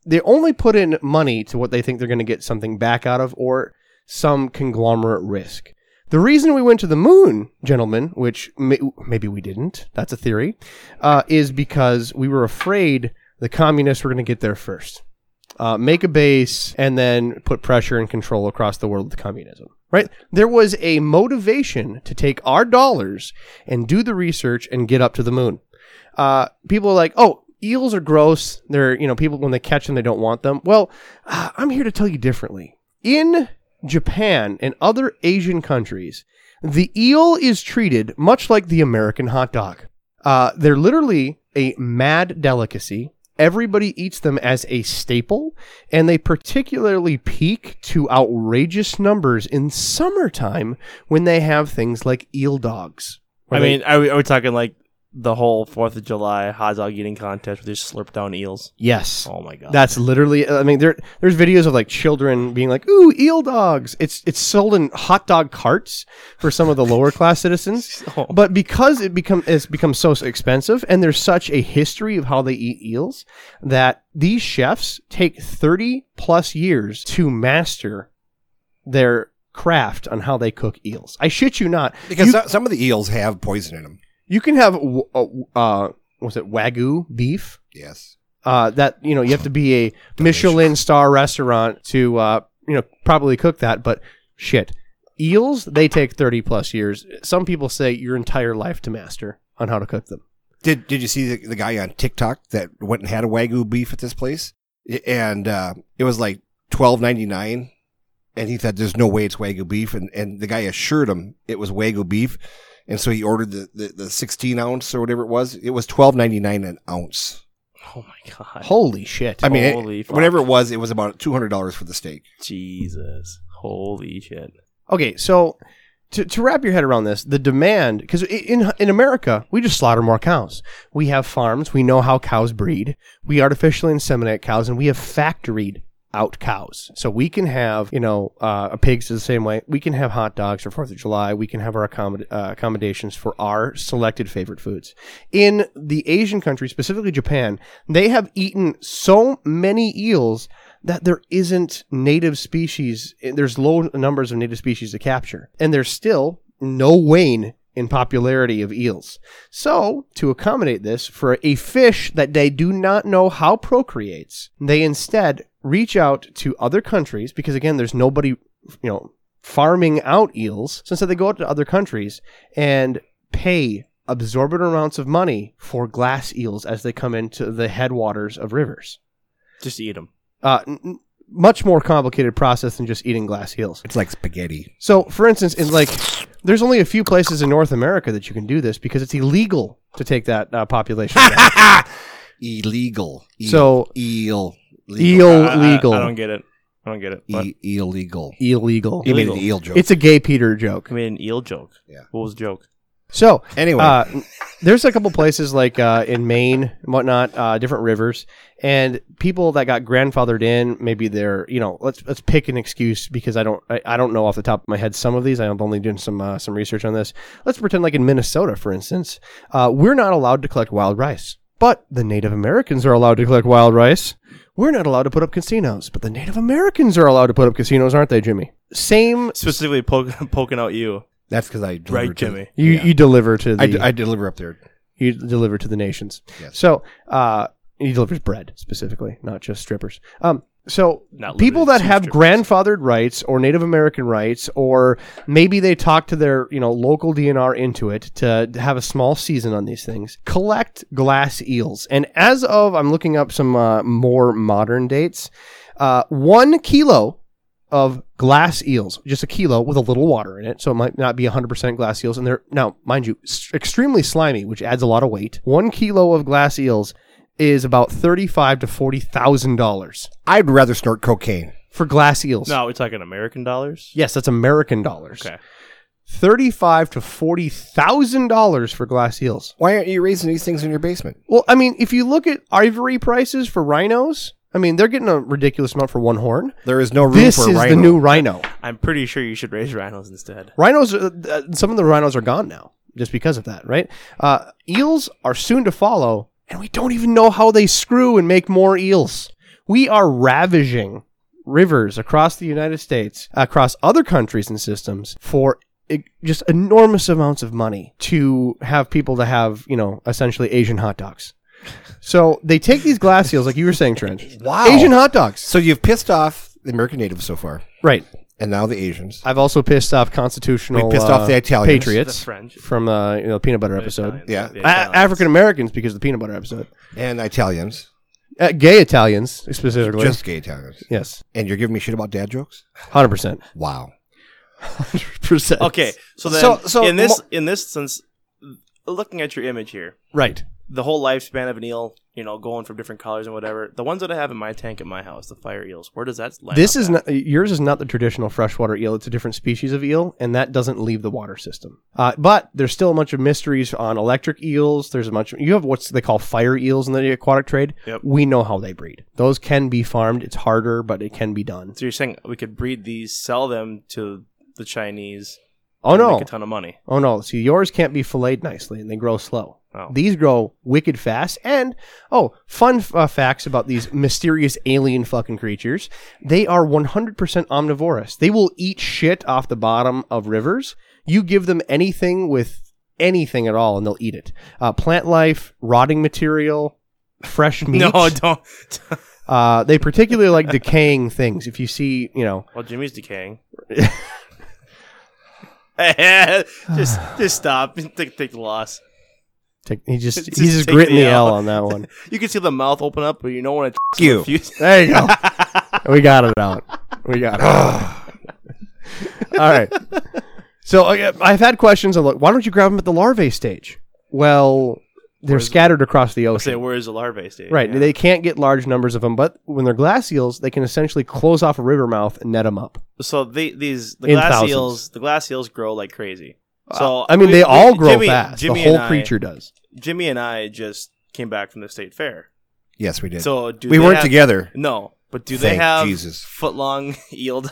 Speaker 9: they only put in money to what they think they're going to get something back out of, or some conglomerate risk. The reason we went to the moon, gentlemen, which may, maybe we didn't, that's a theory, uh, is because we were afraid the communists were going to get there first uh, make a base, and then put pressure and control across the world with communism. Right? There was a motivation to take our dollars and do the research and get up to the moon. Uh, people are like, oh, eels are gross. They're, you know, people, when they catch them, they don't want them. Well, ah, I'm here to tell you differently. In Japan and other Asian countries, the eel is treated much like the American hot dog. Uh, they're literally a mad delicacy. Everybody eats them as a staple, and they particularly peak to outrageous numbers in summertime when they have things like eel dogs.
Speaker 8: I
Speaker 9: Where they-
Speaker 8: mean, are we, are we talking like the whole Fourth of July hot dog eating contest where they just slurp down eels?
Speaker 9: yes.
Speaker 8: Oh my god,
Speaker 9: That's literally. I mean, there there's videos of like children being like, "Ooh, eel dogs!" It's it's sold in hot dog carts for some of the lower class citizens.
Speaker 8: Oh.
Speaker 9: But because it become it's become so expensive, and there's such a history of how they eat eels, that these chefs take thirty plus years to master their craft on how they cook eels. I shit you not.
Speaker 4: Because
Speaker 9: you,
Speaker 4: so- some of the eels have poison in them.
Speaker 9: you can have w- uh, w- uh, was it wagyu beef?
Speaker 4: Yes.
Speaker 9: uh, that you know you have to be a Michelin star restaurant to uh, you know probably cook that. But shit, eels they take thirty plus years. Some people say your entire life to master on how to cook them.
Speaker 4: Did Did you see the, the guy on TikTok that went and had a wagyu beef at this place, I- and uh, it was like twelve ninety nine, and he thought there's no way it's wagyu beef, and and the guy assured him it was wagyu beef, and so he ordered the the, the sixteen ounce or whatever it was. It was twelve ninety nine an ounce.
Speaker 8: oh my god,
Speaker 9: Holy shit!
Speaker 4: I mean, it-
Speaker 8: Holy fuck.
Speaker 4: whatever it was, it was about two hundred dollars for the steak.
Speaker 8: Jesus, holy shit!
Speaker 9: Okay, so to, to wrap your head around this, the demand because in in America we just slaughter more cows. We have farms. We know how cows breed. We artificially inseminate cows, and we have factoried out cows. So we can have you know uh, pigs the same way. We can have hot dogs for Fourth of July. We can have our accommod- uh, accommodations for our selected favorite foods. In the Asian countries, specifically Japan, they have eaten so many eels that there isn't native species. eh, There's low numbers of native species to capture, and there's still no wane in popularity of eels. So, to accommodate this, for a fish that they do not know how procreates, they instead reach out to other countries because again, there's nobody, you know, farming out eels. So instead, they go out to other countries and pay absorbent amounts of money for glass eels as they come into the headwaters of rivers
Speaker 8: Just eat them.
Speaker 9: uh, n- n- much more complicated process than just eating glass eels.
Speaker 4: It's like spaghetti.
Speaker 9: So, for instance, in like, there's only a few places in North America that you can do this because it's illegal to take that uh, population. down.
Speaker 4: Illegal. Eel,
Speaker 9: So-
Speaker 4: eel.
Speaker 9: Eel
Speaker 8: I- I-
Speaker 9: legal.
Speaker 8: I, don't get it. I don't get it. But,
Speaker 4: E- illegal.
Speaker 9: Illegal.
Speaker 4: He made an eel joke.
Speaker 9: It's a gay Peter joke.
Speaker 8: I mean, an eel joke.
Speaker 4: Yeah.
Speaker 8: What was the joke?
Speaker 9: So
Speaker 4: Anyway.
Speaker 9: uh, n- there's a couple places like uh, in Maine and whatnot, uh, different rivers, and people that got grandfathered in. Maybe they're you know let's let's pick an excuse because I don't I, I don't know off the top of my head some of these. I'm only doing some uh, some research on this. Let's pretend like in Minnesota, for instance, uh, we're not allowed to collect wild rice, but the Native Americans are allowed to collect wild rice. We're not allowed to put up casinos, but the Native Americans are allowed to put up casinos, aren't they, Jimmy? Same.
Speaker 8: Specifically poke, poking out you,
Speaker 4: That's because I deliver
Speaker 8: right,
Speaker 4: to-
Speaker 8: Jimmy?
Speaker 9: You,
Speaker 4: Yeah.
Speaker 9: you deliver to the
Speaker 4: I, d- I deliver up there.
Speaker 9: you deliver to the nations.
Speaker 4: Yes.
Speaker 9: So uh, he delivers bread specifically, not just strippers. Um, so
Speaker 8: Not
Speaker 9: people
Speaker 8: limited
Speaker 9: that
Speaker 8: to
Speaker 9: have
Speaker 8: strippers.
Speaker 9: grandfathered rights or Native American rights, or maybe they talk to their you know local DNR into it to have a small season on these things, collect glass eels. And as of I'm looking up some uh, more modern dates, uh, one kilo of glass eels, just a kilo with a little water in it. So it might not be 100% glass eels. And they're, now, mind you, s- extremely slimy, which adds a lot of weight. One kilo of glass eels is about 35 to $40,000
Speaker 4: I'd rather snort cocaine.
Speaker 9: for glass eels.
Speaker 8: No, we're talking American dollars.
Speaker 9: Yes, that's American dollars.
Speaker 8: Okay.
Speaker 9: 35 to $40,000 for glass eels.
Speaker 4: Why aren't you raising these things in your basement?
Speaker 9: Well, I mean, if you look at ivory prices for rhinos, I mean, they're getting a ridiculous amount for one horn.
Speaker 4: There is no room
Speaker 9: This
Speaker 4: for
Speaker 9: is
Speaker 4: a rhino.
Speaker 9: the new rhino.
Speaker 8: I'm pretty sure you should raise rhinos instead.
Speaker 9: Rhinos, uh, uh, some of the rhinos are gone now just because of that, right? Uh, eels are soon to follow, and we don't even know how they screw and make more eels. We are ravaging rivers across the United States, across other countries and systems for e- just enormous amounts of money to have people to have, you know, essentially Asian hot dogs. So they take these glass eels, like you were saying, Trent.
Speaker 4: Wow.
Speaker 9: Asian hot dogs.
Speaker 4: So you've pissed off the American natives so far,
Speaker 9: Right.
Speaker 4: and now the Asians.
Speaker 9: I've also pissed off constitutional uh,
Speaker 4: We pissed off the Italians.
Speaker 9: patriots
Speaker 8: The French.
Speaker 9: from uh, you know, the peanut butter episode.
Speaker 8: Italians,
Speaker 4: Yeah.
Speaker 8: the
Speaker 4: A-
Speaker 8: Italians.
Speaker 9: African Americans because of the peanut butter episode.
Speaker 4: and Italians,
Speaker 9: Uh, gay Italians specifically.
Speaker 4: just gay Italians.
Speaker 9: yes,
Speaker 4: And you're giving me shit about dad jokes?
Speaker 9: hundred percent.
Speaker 4: Wow.
Speaker 9: Percent.
Speaker 8: Okay, so then
Speaker 4: So- so
Speaker 8: in this
Speaker 4: mo-
Speaker 8: in this sense, looking at your image here,
Speaker 9: Right.
Speaker 8: the whole lifespan of an eel, you know, going from different colors and whatever. The ones that I have in my tank at my house, the fire eels. Where does that land?
Speaker 9: This is not yours. Is not the traditional freshwater eel. It's a different species of eel, and that doesn't leave the water system. Uh, but there's still a bunch of mysteries on electric eels. There's a bunch. Of, you have what's they call fire eels in the aquatic trade.
Speaker 8: Yep.
Speaker 9: We know how they breed. Those can be farmed. It's harder, but it can be done.
Speaker 8: So you're saying we could breed these, sell them to the Chinese.
Speaker 9: Oh
Speaker 8: and
Speaker 9: no!
Speaker 8: make a ton of money.
Speaker 9: Oh no! See, yours can't be filleted nicely, and they grow slow.
Speaker 8: Oh.
Speaker 9: These grow wicked fast. And oh, fun uh, facts about these mysterious alien fucking creatures: they are 100% omnivorous. They will eat shit off the bottom of rivers. You give them anything with anything at all, and they'll eat it. Uh, plant life, rotting material, fresh meat.
Speaker 8: No, don't.
Speaker 9: uh, they particularly like decaying things. If you see, you know,
Speaker 8: Well, Jimmy's decaying. just, just stop. Take, take the loss.
Speaker 9: take, he just,
Speaker 8: Just
Speaker 9: he's just
Speaker 8: take
Speaker 9: gritting
Speaker 8: the
Speaker 9: the L.
Speaker 8: L.
Speaker 9: on that one.
Speaker 8: You can see the mouth open up, but you know when it's
Speaker 4: you.
Speaker 9: There you go. we got it out. We got it. out. All right. So I- I've had questions. Of, like, why don't you grab them at the larvae stage? Well, they're scattered across the
Speaker 8: say,
Speaker 9: ocean.
Speaker 8: where is the larvae stage?
Speaker 9: Right.
Speaker 8: Yeah.
Speaker 9: They can't get large numbers of them, but when they're glass eels, they can essentially close off a river mouth and net them up.
Speaker 8: so the, these the
Speaker 9: In
Speaker 8: glass
Speaker 9: thousands. Uh,
Speaker 8: eels the glass eels grow like crazy. So
Speaker 9: I mean,
Speaker 8: we-
Speaker 9: they
Speaker 8: we-
Speaker 9: all grow
Speaker 8: Jimmy-
Speaker 9: fast.
Speaker 8: Jimmy
Speaker 9: the
Speaker 8: and
Speaker 9: whole
Speaker 8: I-
Speaker 9: creature does.
Speaker 8: Jimmy and I just came back from the state fair.
Speaker 4: Yes, we did.
Speaker 8: So do
Speaker 4: we
Speaker 8: they
Speaker 4: weren't
Speaker 8: have-
Speaker 4: together.
Speaker 8: No, but do they
Speaker 4: Thank
Speaker 8: have
Speaker 4: Jesus.
Speaker 8: foot long eel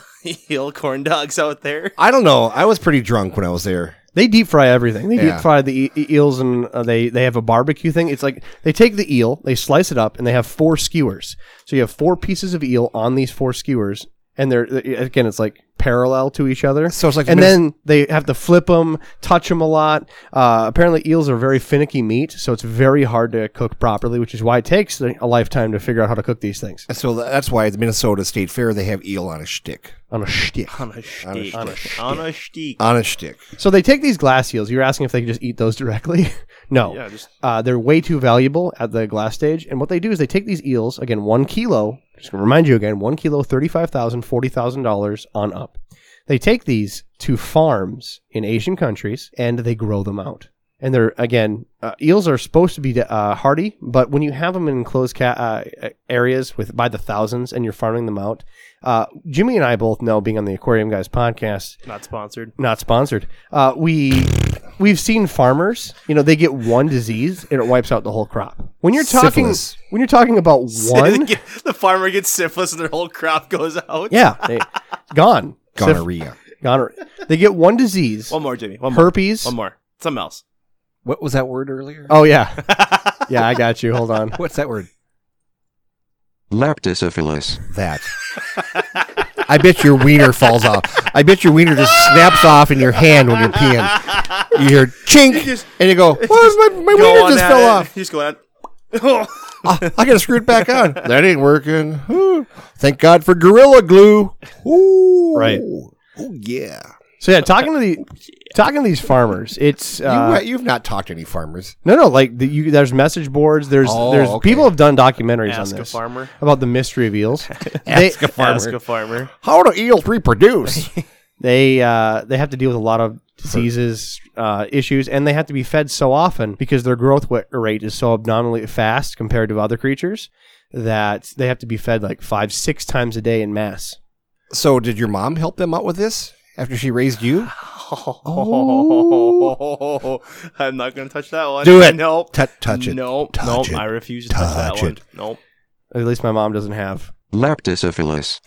Speaker 8: eel corn dogs out there?
Speaker 4: I don't know. I was pretty drunk when I was there.
Speaker 9: They deep fry everything. They
Speaker 4: Yeah.
Speaker 9: deep fry the e- e- eels and uh, they they have a barbecue thing. It's like they take the eel, they slice it up, and they have four skewers. So you have four pieces of eel on these four skewers, and they're again, it's like parallel to each other.
Speaker 4: So it's like
Speaker 9: and
Speaker 4: minis-
Speaker 9: then they have to flip them, touch them a lot. Uh, apparently, eels are very finicky meat, so it's very hard to cook properly, which is why it takes a lifetime to figure out how to cook these things
Speaker 4: So tha- that's why at the Minnesota State Fair they have eel on a shtick.
Speaker 9: on a shtick.
Speaker 8: On a steak. On a steak.
Speaker 4: On a shtick.
Speaker 9: So they take these glass eels. You're asking if they can just eat those directly? no.
Speaker 8: Yeah, just-
Speaker 9: uh, they're way too valuable at the glass stage. And what they do is they take these eels, again, one kilo, just going to remind you again, one kilo, $35,000, $40,000 on up. They take these to farms in Asian countries and they grow them out. And they're, again, uh, eels are supposed to be uh, hardy, but when you have them in enclosed ca- uh, areas with by the thousands and you're farming them out, uh, Jimmy and I both know, being on the Aquarium Guys podcast,
Speaker 8: Not sponsored.
Speaker 9: not sponsored. Uh, we we've seen farmers, you know, they get one disease and it wipes out the whole crop. When you're talking
Speaker 4: Syphilis.
Speaker 9: when you're talking about one,
Speaker 8: the farmer gets syphilis and their whole crop goes out.
Speaker 9: yeah, they, gone, Syph-
Speaker 4: Gonorrhea.
Speaker 9: gonorrhea. They get one disease,
Speaker 8: One more, Jimmy. One more.
Speaker 9: herpes.
Speaker 8: One more. Something else.
Speaker 4: What was that word earlier?
Speaker 9: Oh yeah, yeah, I got you. Hold on.
Speaker 4: What's that word?
Speaker 10: Lactosyphilis.
Speaker 4: That. I bet your wiener falls off. I bet your wiener just snaps off in your hand when you're peeing. You hear chink, and you go, "Well, my, my
Speaker 8: Go
Speaker 4: wiener
Speaker 8: on
Speaker 4: just
Speaker 8: at
Speaker 4: fell
Speaker 8: it.
Speaker 4: off.
Speaker 8: Just go on.
Speaker 4: I, I gotta screw it back on. That ain't working. Ooh. Thank God for Gorilla Glue. Ooh.
Speaker 9: Right.
Speaker 4: Oh yeah.
Speaker 9: So yeah, talking to the talking to these farmers, it's uh,
Speaker 4: you, have not talked to any farmers.
Speaker 9: No, no, like the, you, there's message boards. There's
Speaker 4: Oh,
Speaker 9: there's
Speaker 4: okay.
Speaker 9: people have done documentaries
Speaker 8: Ask
Speaker 9: on
Speaker 8: a
Speaker 9: this
Speaker 8: farmer.
Speaker 9: about the mystery of eels.
Speaker 4: Ask a farmer.
Speaker 8: Ask a farmer.
Speaker 4: How do eels reproduce?
Speaker 9: They uh, they have to deal with a lot of diseases, uh, issues, and they have to be fed so often because their growth wa- rate is so abnormally fast compared to other creatures that they have to be fed like five, six times a day in mass.
Speaker 4: so, did your mom help them out with this after she raised you?
Speaker 8: Oh. I'm not going to touch that one.
Speaker 4: Do it.
Speaker 8: Nope.
Speaker 4: Tou- touch it.
Speaker 8: Nope.
Speaker 4: Touch
Speaker 8: nope.
Speaker 4: it.
Speaker 8: I refuse to touch, that
Speaker 4: Touch
Speaker 8: one.
Speaker 4: it.
Speaker 8: Nope.
Speaker 9: At least my mom doesn't have.
Speaker 10: Lactosyphilis.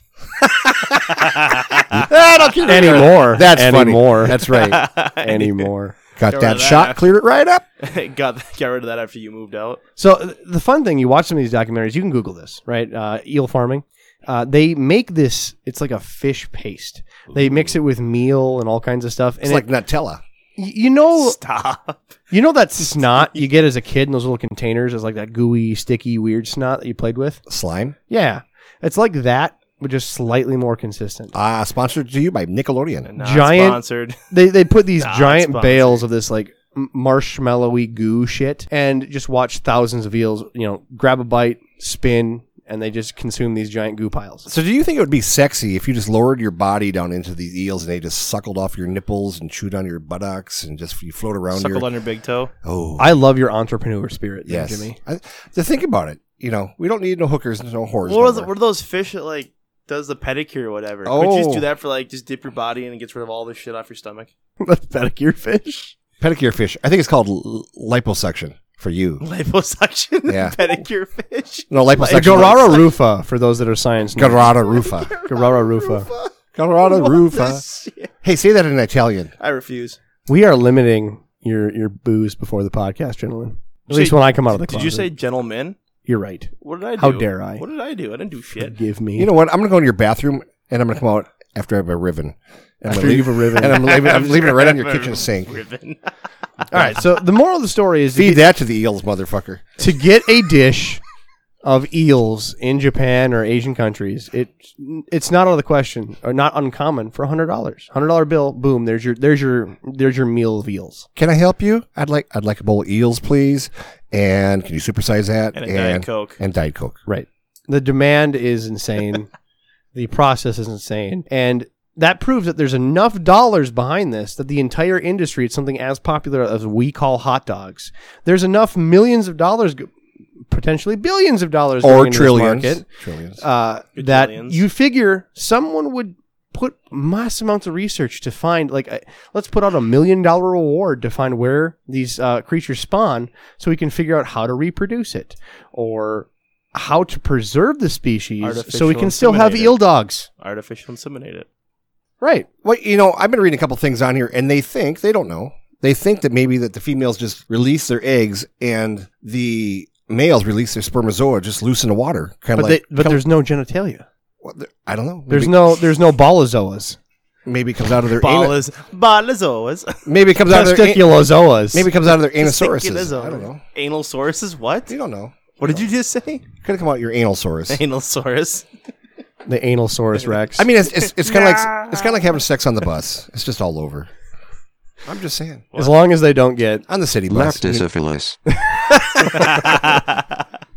Speaker 9: anymore.
Speaker 4: That's funny.
Speaker 9: anymore.
Speaker 4: That's right.
Speaker 9: anymore.
Speaker 4: Got
Speaker 8: Get rid
Speaker 4: that
Speaker 8: of
Speaker 4: shot,
Speaker 8: that.
Speaker 4: cleared it right up.
Speaker 8: got got rid of that after you moved out.
Speaker 9: So th- the fun thing, you watch some of these documentaries. You can Google this, right? Uh, eel farming. Uh, they make this. It's like a fish paste. They mix it with meal and all kinds of stuff. And
Speaker 4: It's
Speaker 9: it-
Speaker 4: like Nutella.
Speaker 9: y- you know,
Speaker 8: Stop.
Speaker 9: you know that snot you get as a kid in those little containers is like that gooey, sticky, weird snot that you played with.
Speaker 4: Slime.
Speaker 9: Yeah, it's like that, but just slightly more consistent.
Speaker 4: Ah, sponsored to you by Nickelodeon.
Speaker 8: Not
Speaker 9: Giant-
Speaker 8: sponsored.
Speaker 9: They they put these
Speaker 8: Not
Speaker 9: giant
Speaker 8: sponsored.
Speaker 9: bales of this like m- marshmallowy goo shit and just watch thousands of eels, you know, grab a bite, spin, and they just consume these giant goo piles.
Speaker 4: So, do you think it would be sexy if you just lowered your body down into these eels and they just suckled off your nipples and chewed on your buttocks and just you float around?
Speaker 8: Suckled
Speaker 4: Your,
Speaker 8: on your big toe.
Speaker 4: oh,
Speaker 9: I love your entrepreneur spirit, there,
Speaker 4: yes,
Speaker 9: Jimmy.
Speaker 4: I, to think about it, you know, we don't need no hookers and no whores.
Speaker 8: What was it?
Speaker 4: no more.
Speaker 8: What are those fish that like does the pedicure or whatever? Could you just
Speaker 4: Oh.
Speaker 8: do that for like just dip your body and it gets rid of all the shit off your stomach?
Speaker 9: That's pedicure fish.
Speaker 4: Pedicure fish. I think it's called l- liposuction for you.
Speaker 8: Liposuction, and
Speaker 4: Yeah.
Speaker 8: pedicure fish.
Speaker 4: No, liposuction.
Speaker 9: Garara rufa, for those that are science nerds.
Speaker 4: Garada rufa.
Speaker 9: Garara rufa.
Speaker 4: Garada
Speaker 8: What
Speaker 4: rufa.
Speaker 8: the shit?
Speaker 4: Hey, say that in Italian.
Speaker 8: I refuse.
Speaker 9: We are limiting your your booze before the podcast, gentlemen. At least when I come out of the
Speaker 8: Did
Speaker 9: closet.
Speaker 8: you say gentlemen?
Speaker 9: you're right?
Speaker 8: What did I do?
Speaker 9: How dare I?
Speaker 8: What did I do? I didn't do shit.
Speaker 9: Give me.
Speaker 4: You know what? I'm gonna go in your bathroom and I'm gonna come out after I have a ribbon. And I'm
Speaker 9: After
Speaker 4: gonna
Speaker 9: you've a ribbon.
Speaker 4: and I'm leaving, I'm leaving it right on your kitchen sink.
Speaker 9: all right. So the moral of the story is
Speaker 4: Feed that to the eels, motherfucker.
Speaker 9: to get a dish of eels in Japan or Asian countries, it it's not out of the question or not uncommon for a hundred dollars. Hundred dollar bill, boom, there's your there's your there's your meal of eels.
Speaker 4: Can I help you? I'd like I'd like a bowl of eels, please. And can you supersize that?
Speaker 8: And a Diet Coke.
Speaker 4: And Diet Coke.
Speaker 9: Right. The demand is insane. the process is insane. And that proves that there's enough dollars behind this that the entire industry, it's something as popular as we call hot dogs. There's enough millions of dollars, go- potentially billions of dollars,
Speaker 4: Or
Speaker 9: going into this
Speaker 4: trillions.
Speaker 9: market.
Speaker 4: Trillions.
Speaker 9: uh,
Speaker 8: Good
Speaker 9: that
Speaker 8: aliens.
Speaker 9: you figure someone would put mass amounts of research to find like a, let's put out a million dollar reward to find where these uh, creatures spawn so we can figure out how to reproduce it or how to preserve the species so we
Speaker 8: Artificial
Speaker 9: can still have
Speaker 8: inseminator.
Speaker 9: eel dogs
Speaker 8: Artificial inseminate it.
Speaker 9: right
Speaker 4: Well, you know, I've been reading a couple things on here, and they think they don't know. They think that maybe that the females just release their eggs, and the males release their spermatozoa just loose in the water, kind
Speaker 9: but
Speaker 4: of like.
Speaker 9: they, but there's no genitalia
Speaker 4: what the- I don't know.
Speaker 9: there's
Speaker 4: Maybe-
Speaker 9: no there's no balazoas
Speaker 4: Maybe it comes out of their anus.
Speaker 8: Ballas, ballas always.
Speaker 4: Maybe it comes out of their an-
Speaker 9: testiculozoas
Speaker 4: maybe it comes out of their anosauruses.
Speaker 8: Testiculozoa.
Speaker 4: I don't know.
Speaker 8: Anal sauruses? What?
Speaker 4: You don't know.
Speaker 8: What did you just say?
Speaker 4: Could have come out your analsaurus.
Speaker 8: Anal saurus.
Speaker 9: the analsaurus rex
Speaker 4: I mean, it's it's, it's kind of like it's kind of like having sex on the bus. It's just all over. I'm just saying.
Speaker 9: as long as they don't get
Speaker 4: On the city bus.
Speaker 10: Lactosyphilis.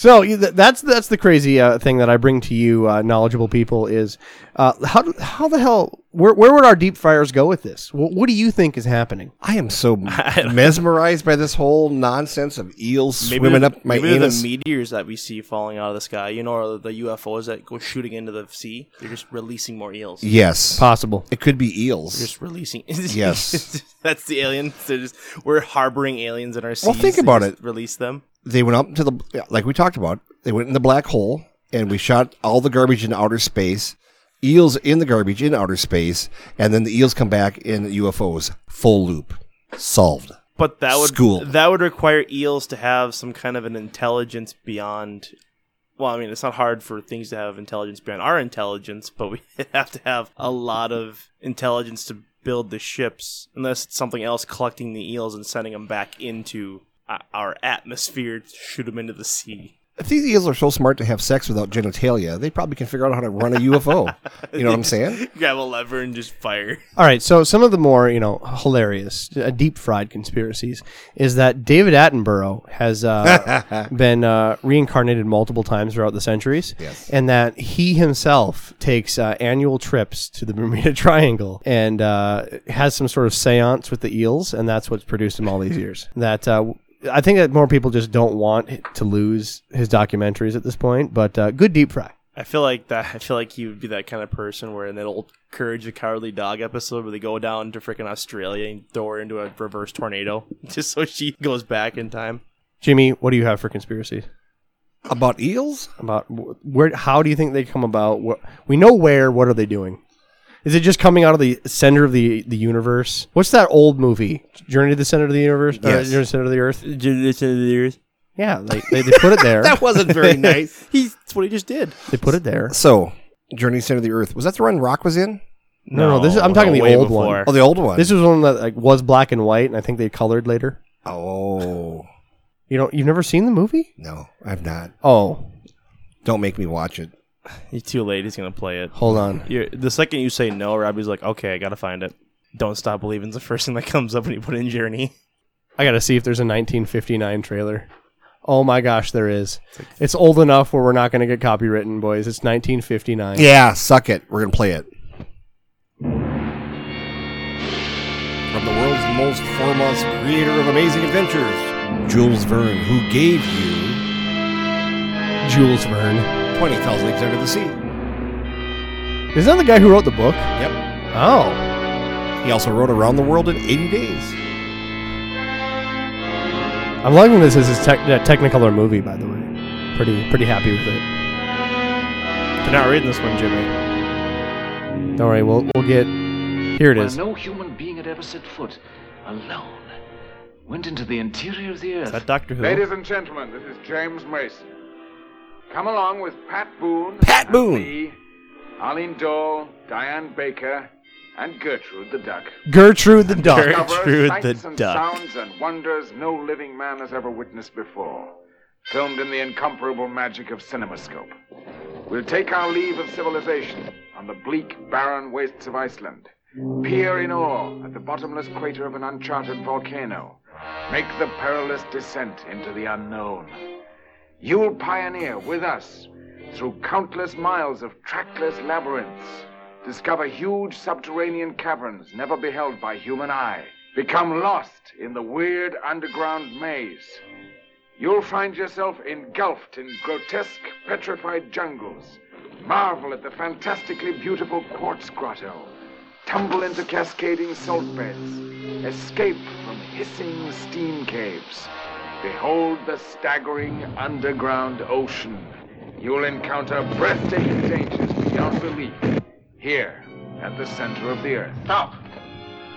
Speaker 9: So you- th- that's that's the crazy uh, thing that I bring to you, uh, knowledgeable people, is uh, how do- how the hell where where would our deep fryers go with this? Wh- what do you think is happening?
Speaker 4: I am so mesmerized by this whole nonsense of eels
Speaker 8: Maybe
Speaker 4: swimming
Speaker 8: they're-
Speaker 4: up my
Speaker 8: maybe they're
Speaker 4: anus.
Speaker 8: the meteors that we see falling out of the sky, you know, or the UFOs that go shooting into the sea. They're just releasing more eels.
Speaker 4: yes,
Speaker 9: Possible.
Speaker 4: it could be e-, eels.
Speaker 8: Just releasing.
Speaker 4: Yes.
Speaker 8: that's the aliens. They're just we're harboring aliens in our seas.
Speaker 4: Well, think
Speaker 8: They
Speaker 4: about
Speaker 8: just
Speaker 4: it.
Speaker 8: Release them.
Speaker 4: they went up to the like we talked about. They went in the black hole, and we shot all the garbage in outer space. Eels in the garbage in outer space, and then the eels come back in UFOs. Full loop solved.
Speaker 8: But that would
Speaker 4: School.
Speaker 8: that would require eels to have some kind of an intelligence beyond. Well, I mean, it's not hard for things to have intelligence beyond our intelligence, but we have to have a lot of intelligence to build the ships, unless it's something else collecting the eels and sending them back into o- our atmosphere to shoot them into the sea.
Speaker 4: If these eels are so smart to have sex without genitalia, they probably can figure out how to run a UFO. you know what I'm saying?
Speaker 8: Grab a lever and just fire.
Speaker 9: All right. So some of the more you know hilarious, uh, deep fried conspiracies is that David Attenborough has uh, been uh, reincarnated multiple times throughout the centuries,
Speaker 4: Yes.
Speaker 9: and that he himself takes uh, annual trips to the Bermuda Triangle and uh, has some sort of séance with the eels, and that's what's produced him all these years. That. Uh, I think that more people just don't want to lose his documentaries at this point, but uh, good deep fry.
Speaker 8: I feel like that. I feel like he would be that kind of person where in that old Courage the Cowardly Dog episode where they go down to freaking Australia and throw her into a reverse tornado just so she goes back in time.
Speaker 9: Jimmy, what do you have for conspiracies? about eels?
Speaker 4: About wh- where? How do you think they come about? What we know where? What are they doing? Is it just coming out of the center of the the universe? What's that old movie? Journey to the center of the universe. or
Speaker 9: Yes.
Speaker 4: Journey to the center of the earth. Yeah, they, they, they put it there.
Speaker 9: that wasn't very nice.
Speaker 8: He's that's what he just did.
Speaker 4: they put it there.
Speaker 9: So, Journey to the Center of the Earth was that the one Rock was in?
Speaker 4: No, no, this is, I'm talking the
Speaker 8: way
Speaker 4: old
Speaker 8: before.
Speaker 4: one.
Speaker 9: Oh, the old one.
Speaker 4: This was one that like was black and white, and I think they colored later.
Speaker 9: oh
Speaker 4: You don't. You've never seen the movie?
Speaker 9: no, I've not.
Speaker 4: Oh,
Speaker 9: Don't make me watch it.
Speaker 8: He's too late. He's gonna play it.
Speaker 4: hold on.
Speaker 8: You're, the second you say no, Robbie's like, okay, I gotta find it. Don't stop believing's the first thing that comes up when you put in Journey.
Speaker 4: I gotta see if there's a 1959 trailer. Oh my gosh, there is. It's old enough where we're not gonna get copywritten, boys. It's 1959.
Speaker 9: Yeah, suck it. We're gonna play it. From the world's most foremost creator of amazing adventures, Jules Verne, who gave you
Speaker 4: Jules Verne.
Speaker 9: Twenty Thousand Leagues Under the Sea.
Speaker 4: Is that the guy who wrote the book?
Speaker 9: Yep.
Speaker 4: Oh,
Speaker 9: He also wrote Around the World in 80 Days.
Speaker 4: I'm liking this as his tech, uh, Technicolor movie, by the way. Pretty, pretty happy with it.
Speaker 8: They're not reading this one, Jimmy.
Speaker 4: Don't worry, we'll we'll get. Here it is.
Speaker 12: Where no human being had ever set foot, alone, went into the interior of the
Speaker 8: Is
Speaker 12: earth.
Speaker 8: that Doctor Who?
Speaker 11: Ladies and gentlemen, this is James Mason. Come along with Pat Boone.
Speaker 9: Pat
Speaker 11: and
Speaker 9: Boone.
Speaker 11: me, Arlene Dahl, Diane Baker, and Gertrude the Duck.
Speaker 4: Gertrude the Duck.
Speaker 11: Cover
Speaker 8: Gertrude
Speaker 11: sights
Speaker 8: the
Speaker 11: and
Speaker 8: Duck.
Speaker 11: sounds and wonders no living man has ever witnessed before. Filmed in the incomparable magic of cinemascope. We'll take our leave of civilization on the bleak, barren wastes of Iceland. Peer in awe at the bottomless crater of an uncharted volcano. Make the perilous descent into the unknown. You'll pioneer with us through countless miles of trackless labyrinths, discover huge subterranean caverns never beheld by human eye, become lost in the weird underground maze. You'll find yourself engulfed in grotesque, petrified jungles, marvel at the fantastically beautiful quartz grotto, tumble into cascading salt beds, escape from hissing steam caves. Behold the staggering underground ocean. You'll encounter breathtaking dangers beyond belief here at the center of the earth.
Speaker 13: Stop.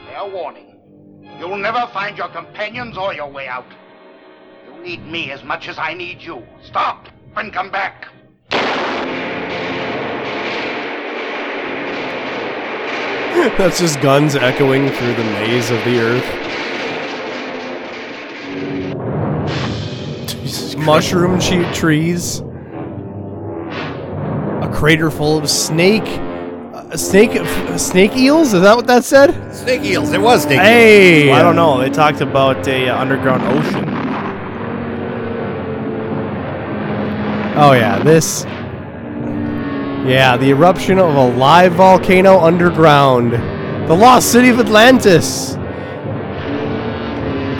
Speaker 13: Fair warning. You'll never find your companions or your way out. You need me as much as I need you. Stop and come back.
Speaker 4: That's just guns echoing through the maze of the earth. Mushroom che- trees. A crater full of snake. Uh, snake, f- snake eels? Is that what that said?
Speaker 9: Snake eels. It was snake
Speaker 4: Hey,
Speaker 8: Well, I don't know. They talked about a uh, underground ocean.
Speaker 4: Oh yeah, this. Yeah, the eruption of a live volcano underground. The lost city of Atlantis.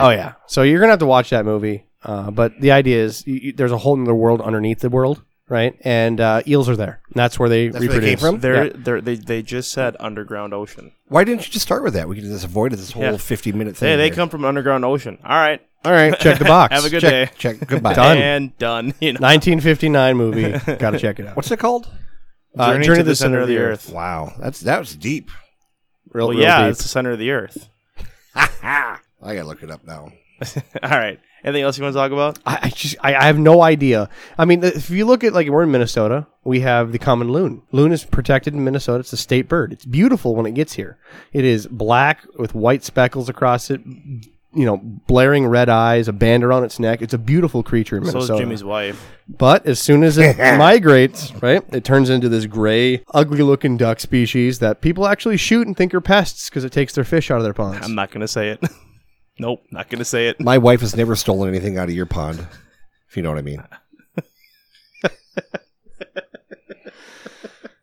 Speaker 4: Oh yeah, so you're gonna have to watch that movie. Uh, but the idea is you, you- there's a whole other world underneath the world, right? And uh, eels are there. And that's where they
Speaker 9: That's where
Speaker 4: reproduce.
Speaker 9: they came from?
Speaker 8: They're,
Speaker 4: Yeah.
Speaker 8: they're, they they just said underground ocean.
Speaker 9: Why didn't you just start with that? We could have just avoided this whole
Speaker 8: Yeah.
Speaker 9: 50 minute thing.
Speaker 8: Hey, they
Speaker 9: here.
Speaker 8: come from underground ocean. All right,
Speaker 4: All right, check the box.
Speaker 8: Have a good
Speaker 4: Check-
Speaker 8: day.
Speaker 9: Check. Goodbye.
Speaker 4: Done.
Speaker 8: And done. You know.
Speaker 4: 1959 movie. Gotta check it out.
Speaker 9: What's it called?
Speaker 4: Uh,
Speaker 8: Journey, to, the, center, of the earth.
Speaker 9: Wow. That's that was deep.
Speaker 4: Real,
Speaker 8: well,
Speaker 4: real
Speaker 8: yeah,
Speaker 4: deep.
Speaker 8: it's the center of the earth.
Speaker 9: I gotta look it up now.
Speaker 8: All right. Anything else you want to talk about?
Speaker 4: I, I just I, I have no idea. I mean, if you look at like we're in Minnesota, we have the common loon. Loon is protected in Minnesota. It's a state bird. It's beautiful when it gets here. It is black with white speckles across it. You know, blaring red eyes, a band around its neck. It's a beautiful creature in
Speaker 8: So
Speaker 4: Minnesota.
Speaker 8: is Jimmy's wife.
Speaker 4: But as soon as it migrates, right, it turns into this gray, ugly-looking duck species that people actually shoot and think are pests because it takes their fish out of their ponds.
Speaker 8: I'm not gonna say it. nope, not gonna say it.
Speaker 9: My wife has never stolen anything out of your pond, if you know what I mean.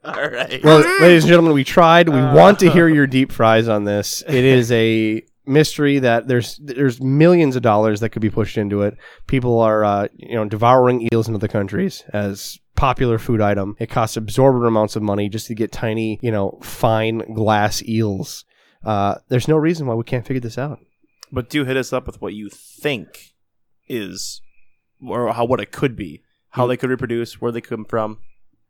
Speaker 8: All right.
Speaker 4: Well, ladies and gentlemen, we tried.
Speaker 8: Uh,
Speaker 4: We want to hear your deep fries on this. It is a mystery that there's there's millions of dollars that could be pushed into it. People are uh, you know devouring eels in other countries as popular food item. It costs absorbent amounts of money just to get tiny you know fine glass eels. Uh, there's no reason why we can't figure this out.
Speaker 8: But do hit us up with what you think is or how what it could be. how they could reproduce, where they come from.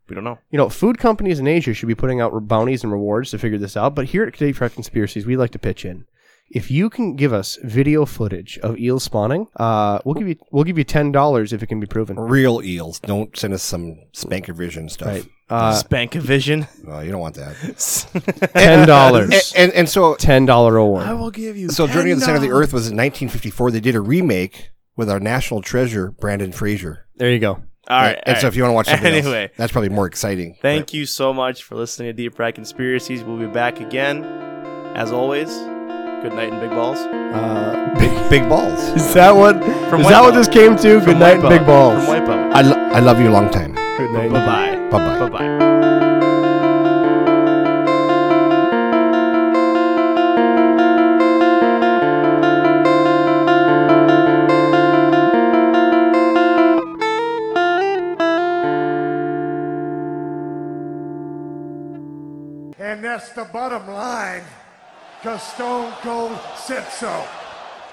Speaker 8: We don't know.
Speaker 9: You know, food companies in Asia should be putting out bounties and rewards to figure this out. But here at Cadet Trek Conspiracies, we like to pitch in. If you can give us video footage of eels spawning, uh, we'll give you we'll give you ten dollars if it can be proven.
Speaker 4: Real eels. Don't send us some spankavision stuff.
Speaker 9: Right. Uh,
Speaker 8: Spankavision.
Speaker 4: Well, you don't want that.
Speaker 9: Ten dollars.
Speaker 4: And, and and so
Speaker 9: ten dollar reward.
Speaker 8: will give you.
Speaker 4: so Journey to the Center of the Earth was in 1954. They did a remake with our national treasure Brandon Fraser.
Speaker 9: There you go.
Speaker 8: All right.
Speaker 4: and so if you want to watch something else,
Speaker 8: anyway,
Speaker 4: that's probably more exciting.
Speaker 8: thank you so much for listening to Deep Fried Conspiracies. We'll be back again, as always. Good night and big balls.
Speaker 9: Uh,
Speaker 4: Big, big balls.
Speaker 9: is that what?
Speaker 8: From
Speaker 9: is that
Speaker 8: Wipeout.
Speaker 9: what this came to? Good
Speaker 8: From
Speaker 9: night,
Speaker 8: Wipeout.
Speaker 9: big balls.
Speaker 8: From Wipeout.
Speaker 4: I, lo- I love you a long time.
Speaker 9: Good night.
Speaker 8: Bye bye.
Speaker 4: Bye
Speaker 8: Bye
Speaker 4: bye.
Speaker 8: bye.
Speaker 14: And that's the bottom line, because Stone Cold said so.